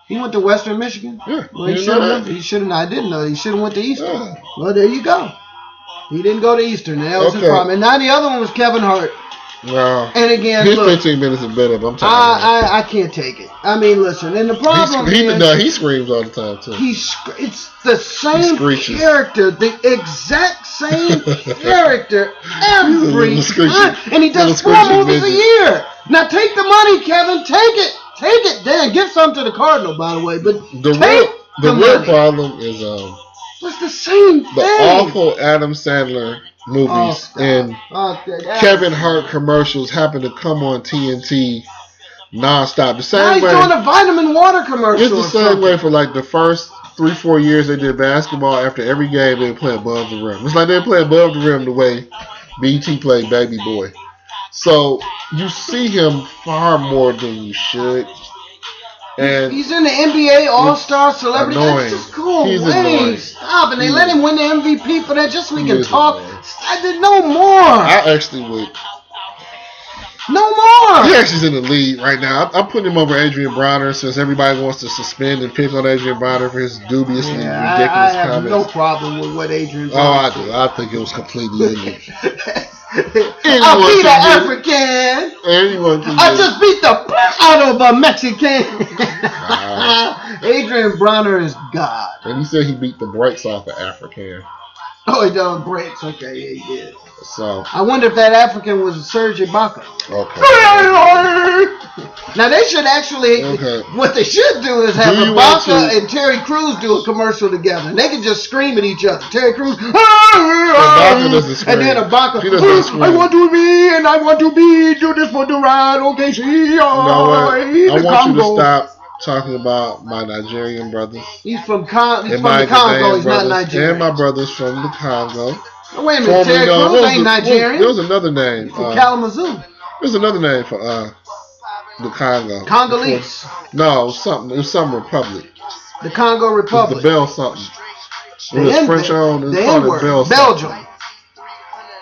[SPEAKER 2] He went to Western Michigan.
[SPEAKER 1] Yeah.
[SPEAKER 2] Well, he
[SPEAKER 1] You know
[SPEAKER 2] should
[SPEAKER 1] that?
[SPEAKER 2] have. He should have. I didn't know. He should have went to Eastern.
[SPEAKER 1] Yeah.
[SPEAKER 2] Well, there you go. He didn't go to Eastern. and That was
[SPEAKER 1] Okay.
[SPEAKER 2] his problem. And now the other one was Kevin Hart.
[SPEAKER 1] No.
[SPEAKER 2] And again,
[SPEAKER 1] His
[SPEAKER 2] look,
[SPEAKER 1] 15 minutes is better, but I'm talking
[SPEAKER 2] I, I I can't take it. I mean, listen. And the
[SPEAKER 1] about
[SPEAKER 2] problem
[SPEAKER 1] he, sc- he,
[SPEAKER 2] is
[SPEAKER 1] no, he screams all the time, too.
[SPEAKER 2] he sc- it's the same
[SPEAKER 1] screeches.
[SPEAKER 2] character, the exact same character every
[SPEAKER 1] Little screeches.
[SPEAKER 2] time, and he does
[SPEAKER 1] Little
[SPEAKER 2] four
[SPEAKER 1] screeches,
[SPEAKER 2] movies a
[SPEAKER 1] baby.
[SPEAKER 2] year. Now take the money, Kevin. Take it. Take it, Dan. Give some to the Cardinal, by the way. But
[SPEAKER 1] the
[SPEAKER 2] take
[SPEAKER 1] real, the
[SPEAKER 2] the
[SPEAKER 1] real
[SPEAKER 2] money.
[SPEAKER 1] problem is um,
[SPEAKER 2] it's the same
[SPEAKER 1] the
[SPEAKER 2] thing.
[SPEAKER 1] awful Adam Sandler
[SPEAKER 2] Oh,
[SPEAKER 1] movies
[SPEAKER 2] stop.
[SPEAKER 1] and
[SPEAKER 2] Oh, that-
[SPEAKER 1] Kevin Hart commercials happen to come on TNT nonstop. The
[SPEAKER 2] Now
[SPEAKER 1] same
[SPEAKER 2] he's
[SPEAKER 1] way.
[SPEAKER 2] doing a vitamin water commercial.
[SPEAKER 1] It's
[SPEAKER 2] or
[SPEAKER 1] the same
[SPEAKER 2] something.
[SPEAKER 1] way for like the first three, four years they did basketball. After every game, they would play above the rim. It's like they play above the rim the way BT played Baby Boy. So you see him far more than you should. And
[SPEAKER 2] He's in the NBA All Star Celebrity.
[SPEAKER 1] annoying.
[SPEAKER 2] That's just cool.
[SPEAKER 1] He's
[SPEAKER 2] Wait,
[SPEAKER 1] annoying.
[SPEAKER 2] stop! And they
[SPEAKER 1] He
[SPEAKER 2] let
[SPEAKER 1] is.
[SPEAKER 2] him win the MVP for that just so we
[SPEAKER 1] He
[SPEAKER 2] can
[SPEAKER 1] is
[SPEAKER 2] talk.
[SPEAKER 1] annoying.
[SPEAKER 2] I did no more.
[SPEAKER 1] I actually would.
[SPEAKER 2] No more.
[SPEAKER 1] He actually's in the lead right now. I'm, I'm putting him over Adrian Bronner since everybody wants to suspend and pick on Adrian Bronner for his dubiously
[SPEAKER 2] Yeah, I-
[SPEAKER 1] ridiculous
[SPEAKER 2] I, have
[SPEAKER 1] comments.
[SPEAKER 2] no problem with what Adrian's
[SPEAKER 1] oh, I do. I think it was completely ignorant.
[SPEAKER 2] I beat an
[SPEAKER 1] Anyone
[SPEAKER 2] African.
[SPEAKER 1] Anyone can
[SPEAKER 2] I
[SPEAKER 1] do it.
[SPEAKER 2] just beat the p- out of a Mexican.
[SPEAKER 1] Wow.
[SPEAKER 2] Adrian Bronner is God.
[SPEAKER 1] And he said he beat the brakes off of African.
[SPEAKER 2] Oh, he done breaks. Okay, yeah, he did.
[SPEAKER 1] So
[SPEAKER 2] I wonder if that African was Serge Ibaka.
[SPEAKER 1] okay.
[SPEAKER 2] Now they should actually.
[SPEAKER 1] Okay.
[SPEAKER 2] What they should do is have
[SPEAKER 1] Do you want to-
[SPEAKER 2] Ibaka and Terry Crews do a commercial together, and they can just scream at each other. Terry Crews, "Ah,
[SPEAKER 1] doesn't
[SPEAKER 2] and then
[SPEAKER 1] scream.
[SPEAKER 2] Ibaka,
[SPEAKER 1] He doesn't scream.
[SPEAKER 2] I want to be and I want to be, do this for the right, okay, she, oh,
[SPEAKER 1] You know what?
[SPEAKER 2] I
[SPEAKER 1] I want you to stop talking about my Nigerian brothers
[SPEAKER 2] He's from, Con- he's
[SPEAKER 1] and
[SPEAKER 2] from
[SPEAKER 1] my
[SPEAKER 2] the Congo.
[SPEAKER 1] Ghanaian brothers and
[SPEAKER 2] He's not Nigerian.
[SPEAKER 1] my brothers from the Congo.
[SPEAKER 2] Wait a minute,
[SPEAKER 1] Formerly
[SPEAKER 2] Terry
[SPEAKER 1] known-
[SPEAKER 2] Crews
[SPEAKER 1] what was
[SPEAKER 2] ain't
[SPEAKER 1] the- what-
[SPEAKER 2] Nigerian.
[SPEAKER 1] There was another name.
[SPEAKER 2] he's from
[SPEAKER 1] Uh,
[SPEAKER 2] Kalamazoo,
[SPEAKER 1] there's another name for uh the Congo.
[SPEAKER 2] Congolese,
[SPEAKER 1] No, it was something. It was some republic. It
[SPEAKER 2] the Congo
[SPEAKER 1] was the
[SPEAKER 2] Republic.
[SPEAKER 1] Bell something. It
[SPEAKER 2] The
[SPEAKER 1] was
[SPEAKER 2] N-
[SPEAKER 1] French owned. It was
[SPEAKER 2] the
[SPEAKER 1] called the
[SPEAKER 2] N-word.
[SPEAKER 1] Bell. something.
[SPEAKER 2] Belgium.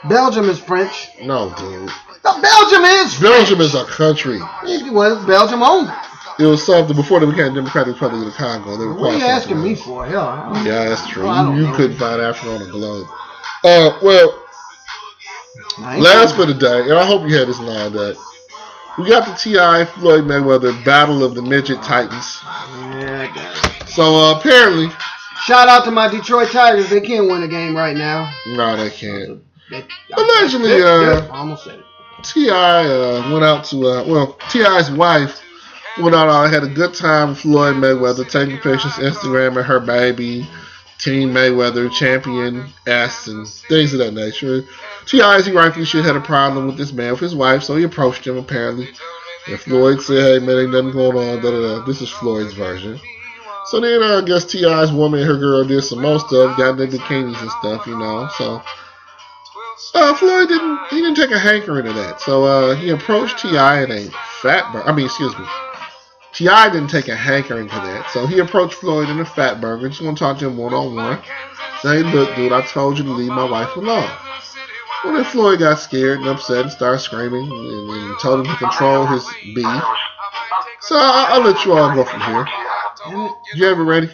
[SPEAKER 2] Belgium is French.
[SPEAKER 1] No, dude.
[SPEAKER 2] No, Belgium is.
[SPEAKER 1] Belgium is a country.
[SPEAKER 2] It was Belgium owned. it.
[SPEAKER 1] It was something before they became Democratic Republic of the Congo. They were
[SPEAKER 2] What are
[SPEAKER 1] quite
[SPEAKER 2] you asking
[SPEAKER 1] something
[SPEAKER 2] me
[SPEAKER 1] else.
[SPEAKER 2] for? Hell, I don't-
[SPEAKER 1] Yeah, that's true.
[SPEAKER 2] Well, I don't
[SPEAKER 1] you you
[SPEAKER 2] know.
[SPEAKER 1] couldn't find Africa on the globe. Uh, well,
[SPEAKER 2] I ain't
[SPEAKER 1] last for
[SPEAKER 2] gonna-
[SPEAKER 1] the day, and I hope you had this lined up. We got the Ti Floyd Mayweather battle of the midget titans.
[SPEAKER 2] Yeah, I got it.
[SPEAKER 1] So uh, apparently,
[SPEAKER 2] Shout out to my Detroit Tigers. They can't win a game right now.
[SPEAKER 1] no, they can't.
[SPEAKER 2] They-
[SPEAKER 1] Allegedly,
[SPEAKER 2] Yeah,
[SPEAKER 1] uh,
[SPEAKER 2] yeah, I almost said it.
[SPEAKER 1] Ti uh, went out to uh, well, Ti's wife went out and had a good time with Floyd Mayweather, taking pictures, Instagram, and her baby, Team Mayweather, champion S, and things of that nature. Ti, as he rightfully should, had a problem with this man with his wife, so he approached him apparently. And Floyd said, "Hey man, ain't nothing going on." Da da da. This eh, is Floyd's version. So then uh, I guess Ti's woman and her girl did some more stuff, got in their bikinis and stuff, you know. So uh, Floyd didn't he didn't take a hankering to that. So uh, he approached Ti and a fat burger. I mean, excuse me. Ti didn't take a hankering to that. So he approached Floyd in a fat burger. Just want to talk to him one on one. Say, look, dude, I told you to leave my wife alone. Well, then Floyd got scared and upset and started screaming and, and told him to control his beef. So I, I'll let you all go from here. You ever ready?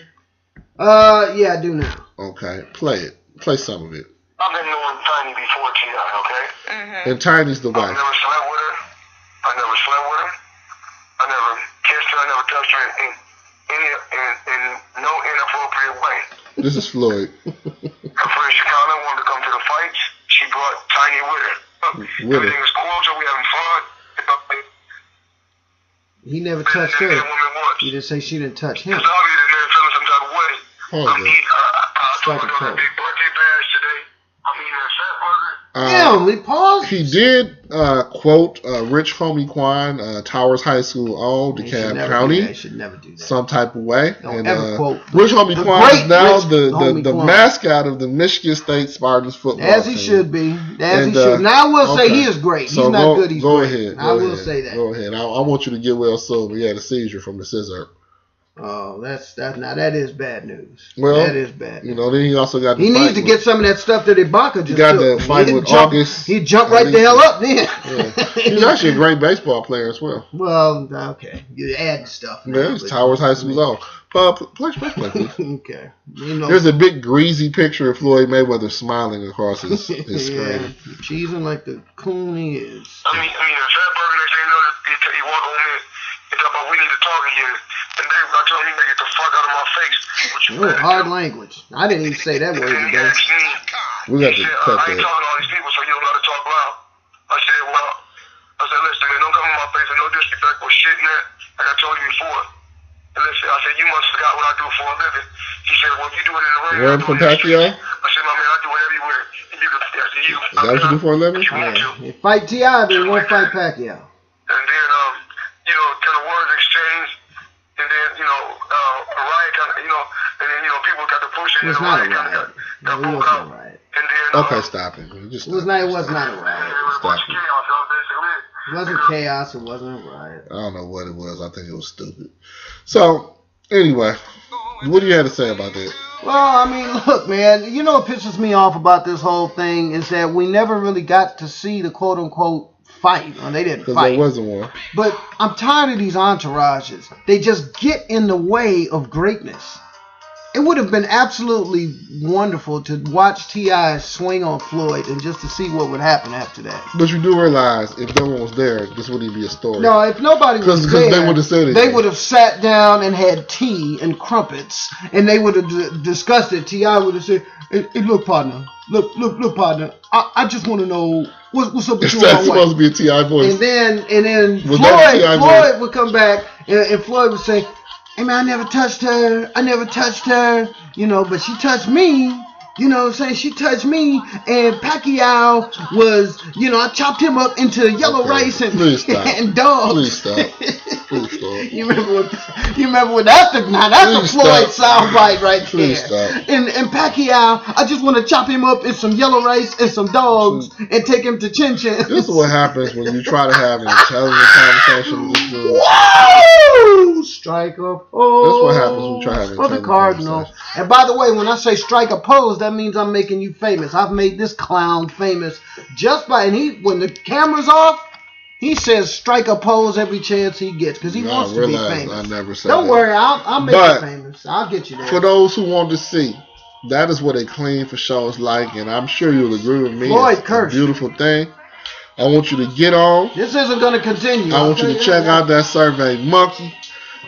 [SPEAKER 2] Uh, yeah, I do now.
[SPEAKER 1] Okay, play it. Play some of it.
[SPEAKER 3] I've been knowing Tiny before T.I., okay?
[SPEAKER 4] Mm-hmm.
[SPEAKER 1] And Tiny's the
[SPEAKER 3] I've
[SPEAKER 1] wife.
[SPEAKER 3] never slept with her. I never slept with her. I never kissed her. I never touched her in, in, in, in no inappropriate way.
[SPEAKER 1] This is Floyd.
[SPEAKER 3] Her friend Chicana wanted to come to the fights. She brought Tiny with her.
[SPEAKER 1] With her.
[SPEAKER 3] Everything was cool, so we having fun.
[SPEAKER 2] He never touched her.
[SPEAKER 3] That woman wants.
[SPEAKER 2] You just say she didn't touch him.
[SPEAKER 3] It's obvious that they're feeling some type of way.
[SPEAKER 1] Hold on.
[SPEAKER 3] I'm eating, uh, I
[SPEAKER 1] Strike
[SPEAKER 3] told
[SPEAKER 1] a
[SPEAKER 3] her on
[SPEAKER 1] tone.
[SPEAKER 3] that big birthday bash today. I'm eating a fat burger.
[SPEAKER 1] Uh,
[SPEAKER 2] Damn, we paused.
[SPEAKER 1] he did uh, quote uh, Rich Homie Quan, uh, Towers High School, all
[SPEAKER 2] You should
[SPEAKER 1] DeKalb
[SPEAKER 2] never do that. You
[SPEAKER 1] County,
[SPEAKER 2] should never do that.
[SPEAKER 1] some type of way.
[SPEAKER 2] Don't
[SPEAKER 1] and
[SPEAKER 2] ever
[SPEAKER 1] uh,
[SPEAKER 2] quote
[SPEAKER 1] Rich Homie
[SPEAKER 2] the
[SPEAKER 1] Quan is
[SPEAKER 2] great
[SPEAKER 1] now
[SPEAKER 2] Rich
[SPEAKER 1] the, the,
[SPEAKER 2] Homie
[SPEAKER 1] the
[SPEAKER 2] Quan.
[SPEAKER 1] mascot of the Michigan State Spartans football
[SPEAKER 2] As he
[SPEAKER 1] team.
[SPEAKER 2] should be. As
[SPEAKER 1] And,
[SPEAKER 2] he should.
[SPEAKER 1] uh,
[SPEAKER 2] Now I will say he
[SPEAKER 1] okay.
[SPEAKER 2] is great. He's
[SPEAKER 1] So
[SPEAKER 2] not
[SPEAKER 1] go,
[SPEAKER 2] good. He's
[SPEAKER 1] go
[SPEAKER 2] great.
[SPEAKER 1] ahead.
[SPEAKER 2] I
[SPEAKER 1] go
[SPEAKER 2] will
[SPEAKER 1] ahead,
[SPEAKER 2] say that.
[SPEAKER 1] Go ahead. I, I want you to get well sober. Yeah, the seizure from the scissor.
[SPEAKER 2] Oh, that's that. Now that is bad news.
[SPEAKER 1] Well,
[SPEAKER 2] that is bad.
[SPEAKER 1] You
[SPEAKER 2] News.
[SPEAKER 1] know, then he also got. the
[SPEAKER 2] He
[SPEAKER 1] fight
[SPEAKER 2] needs to
[SPEAKER 1] with-
[SPEAKER 2] get some of that stuff that Ibaka just
[SPEAKER 1] got
[SPEAKER 2] took.
[SPEAKER 1] that fight
[SPEAKER 2] he
[SPEAKER 1] with
[SPEAKER 2] jump,
[SPEAKER 1] August.
[SPEAKER 2] He jumped right the hell up then.
[SPEAKER 1] Yeah. He's actually a great baseball player as well.
[SPEAKER 2] well, okay. You add stuff. now,
[SPEAKER 1] Man, it's
[SPEAKER 2] but-
[SPEAKER 1] Towers High School's all. Uh, pl- play, play, play, please.
[SPEAKER 2] okay. You know,
[SPEAKER 1] There's a big greasy picture of Floyd Mayweather smiling across his, his
[SPEAKER 2] yeah,
[SPEAKER 1] screen.
[SPEAKER 2] cheesing like the coon he is.
[SPEAKER 3] I mean, I mean, the fat burger, next thing you know, he, he, he walked on in. He talking about, we need to talk again. And then I told him, nigga, get the fuck out of my face. What you
[SPEAKER 2] Oh, hard language. I didn't even say that word
[SPEAKER 3] And he
[SPEAKER 2] today.
[SPEAKER 3] asked me,
[SPEAKER 1] We got
[SPEAKER 3] he
[SPEAKER 1] to
[SPEAKER 3] said,
[SPEAKER 1] cut
[SPEAKER 3] I ain't
[SPEAKER 1] that.
[SPEAKER 3] talking to all these people, so you don't know how to talk loud. I said, well, I said, listen, man, don't come in my face with no disrespectful shit, man. Like I told you before. And listen, I said, you must forgot what I do for a living. He said, well, you do it in the rain. I
[SPEAKER 1] Word
[SPEAKER 3] do
[SPEAKER 1] from
[SPEAKER 3] it in the
[SPEAKER 1] Pacquiao?
[SPEAKER 3] streets. I said, my man, I do it everywhere. And you can, I said, you,
[SPEAKER 1] Is that what you do for a living?
[SPEAKER 3] If you want to.
[SPEAKER 2] Yeah. If fight Ti, then won't fight Pacquiao.
[SPEAKER 3] and then um, you know, kind of words exchanged, and then you know, uh, a riot kind of, you know, and then you know, people got to push it.
[SPEAKER 2] It was
[SPEAKER 3] and
[SPEAKER 2] not a
[SPEAKER 3] kinda
[SPEAKER 2] riot. No,
[SPEAKER 3] got, got
[SPEAKER 2] it
[SPEAKER 3] broke out.
[SPEAKER 2] wasn't a riot.
[SPEAKER 3] And then
[SPEAKER 1] Okay,
[SPEAKER 3] um,
[SPEAKER 1] stop it. man. Just
[SPEAKER 2] It
[SPEAKER 1] stop
[SPEAKER 2] was not. It
[SPEAKER 1] it.
[SPEAKER 2] was not a
[SPEAKER 3] and
[SPEAKER 2] riot.
[SPEAKER 3] it was a bunch of
[SPEAKER 1] Stop it.
[SPEAKER 3] chaos out there. So, man,
[SPEAKER 2] It wasn't chaos. It wasn't a riot.
[SPEAKER 1] I don't know what it was. I think it was stupid. So, anyway, what do you have to say about that?
[SPEAKER 2] Well, I mean, look, man, you know what pisses me off about this whole thing is that we never really got to see the quote unquote fight. Or they didn't
[SPEAKER 1] Because
[SPEAKER 2] fight.
[SPEAKER 1] there wasn't one.
[SPEAKER 2] But I'm tired of these entourages. They just get in the way of greatness. It would have been absolutely wonderful to watch T.I. swing on Floyd and just to see what would happen after that.
[SPEAKER 1] But you do realize if no one was there, this wouldn't be a story.
[SPEAKER 2] No, if nobody was
[SPEAKER 1] 'Cause- 'cause they
[SPEAKER 2] there,
[SPEAKER 1] would have said it.
[SPEAKER 2] They would have sat down and had tea and crumpets, and they would have d- discussed it. Ti would have said, hey, hey, "Look, partner, look, look, look, partner. I, I just want to know what, what's up with
[SPEAKER 1] It's
[SPEAKER 2] you and
[SPEAKER 1] not
[SPEAKER 2] my wife."
[SPEAKER 1] supposed to be a Ti voice.
[SPEAKER 2] And then and then
[SPEAKER 1] Was that
[SPEAKER 2] Floyd
[SPEAKER 1] T.I.
[SPEAKER 2] Floyd would come back and, and Floyd would say, Hey man, I never touched her. I never touched her. You know, but she touched me. You know what I'm saying? She touched me and Pacquiao was, you know, I chopped him up into yellow
[SPEAKER 1] Okay,
[SPEAKER 2] rice and,
[SPEAKER 1] please stop.
[SPEAKER 2] and
[SPEAKER 1] Please
[SPEAKER 2] dogs.
[SPEAKER 1] stop. Please stop.
[SPEAKER 2] You remember what you remember what that's the now
[SPEAKER 1] Please
[SPEAKER 2] that's a Floyd
[SPEAKER 1] stop.
[SPEAKER 2] soundbite right
[SPEAKER 1] Please
[SPEAKER 2] there.
[SPEAKER 1] stop.
[SPEAKER 2] And and Pacquiao, I just want to chop him up in some yellow rice and some dogs and take him to Chin Chin.
[SPEAKER 1] This is what happens when you try to have an intelligent conversation with this dude.
[SPEAKER 2] Woo! Strike a pose.
[SPEAKER 1] That's what happens when you try to have
[SPEAKER 2] for the
[SPEAKER 1] intelligent
[SPEAKER 2] Cardinal.
[SPEAKER 1] conversation.
[SPEAKER 2] And by the way, when I say strike a pose, that means I'm making you famous. I've made this clown famous just by and he when the camera's off, he says strike a pose every chance he gets because he
[SPEAKER 1] Y'all
[SPEAKER 2] wants to be
[SPEAKER 1] realize
[SPEAKER 2] famous.
[SPEAKER 1] I never said
[SPEAKER 2] Don't
[SPEAKER 1] that.
[SPEAKER 2] worry, I'll, I'll make
[SPEAKER 1] But-
[SPEAKER 2] you famous. I'll get you there.
[SPEAKER 1] For those who want to see, that is what a clean for show is like, and I'm sure you'll agree with me.
[SPEAKER 2] Floyd
[SPEAKER 1] it's
[SPEAKER 2] cursed.
[SPEAKER 1] a beautiful thing. I want you to get on.
[SPEAKER 2] this isn't going to continue.
[SPEAKER 1] I
[SPEAKER 2] I'll
[SPEAKER 1] want
[SPEAKER 2] tell
[SPEAKER 1] you to check
[SPEAKER 2] that.
[SPEAKER 1] out that survey monkey.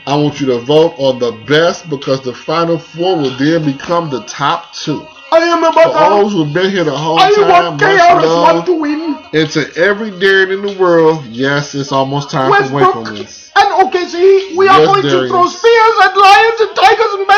[SPEAKER 1] I want you to vote on the best because the final four will then become the top two.
[SPEAKER 2] I am a
[SPEAKER 1] The
[SPEAKER 2] battle.
[SPEAKER 1] O's who've been here the whole
[SPEAKER 2] I
[SPEAKER 1] time. Much
[SPEAKER 2] want chaos, want
[SPEAKER 1] love.
[SPEAKER 2] to win.
[SPEAKER 1] And to every dairy in the world, yes, it's almost time for
[SPEAKER 2] Westbrook
[SPEAKER 1] wakefulness.
[SPEAKER 2] and OKC, we are
[SPEAKER 1] Yes,
[SPEAKER 2] going to
[SPEAKER 1] Darius.
[SPEAKER 2] throw spears and lions and tigers and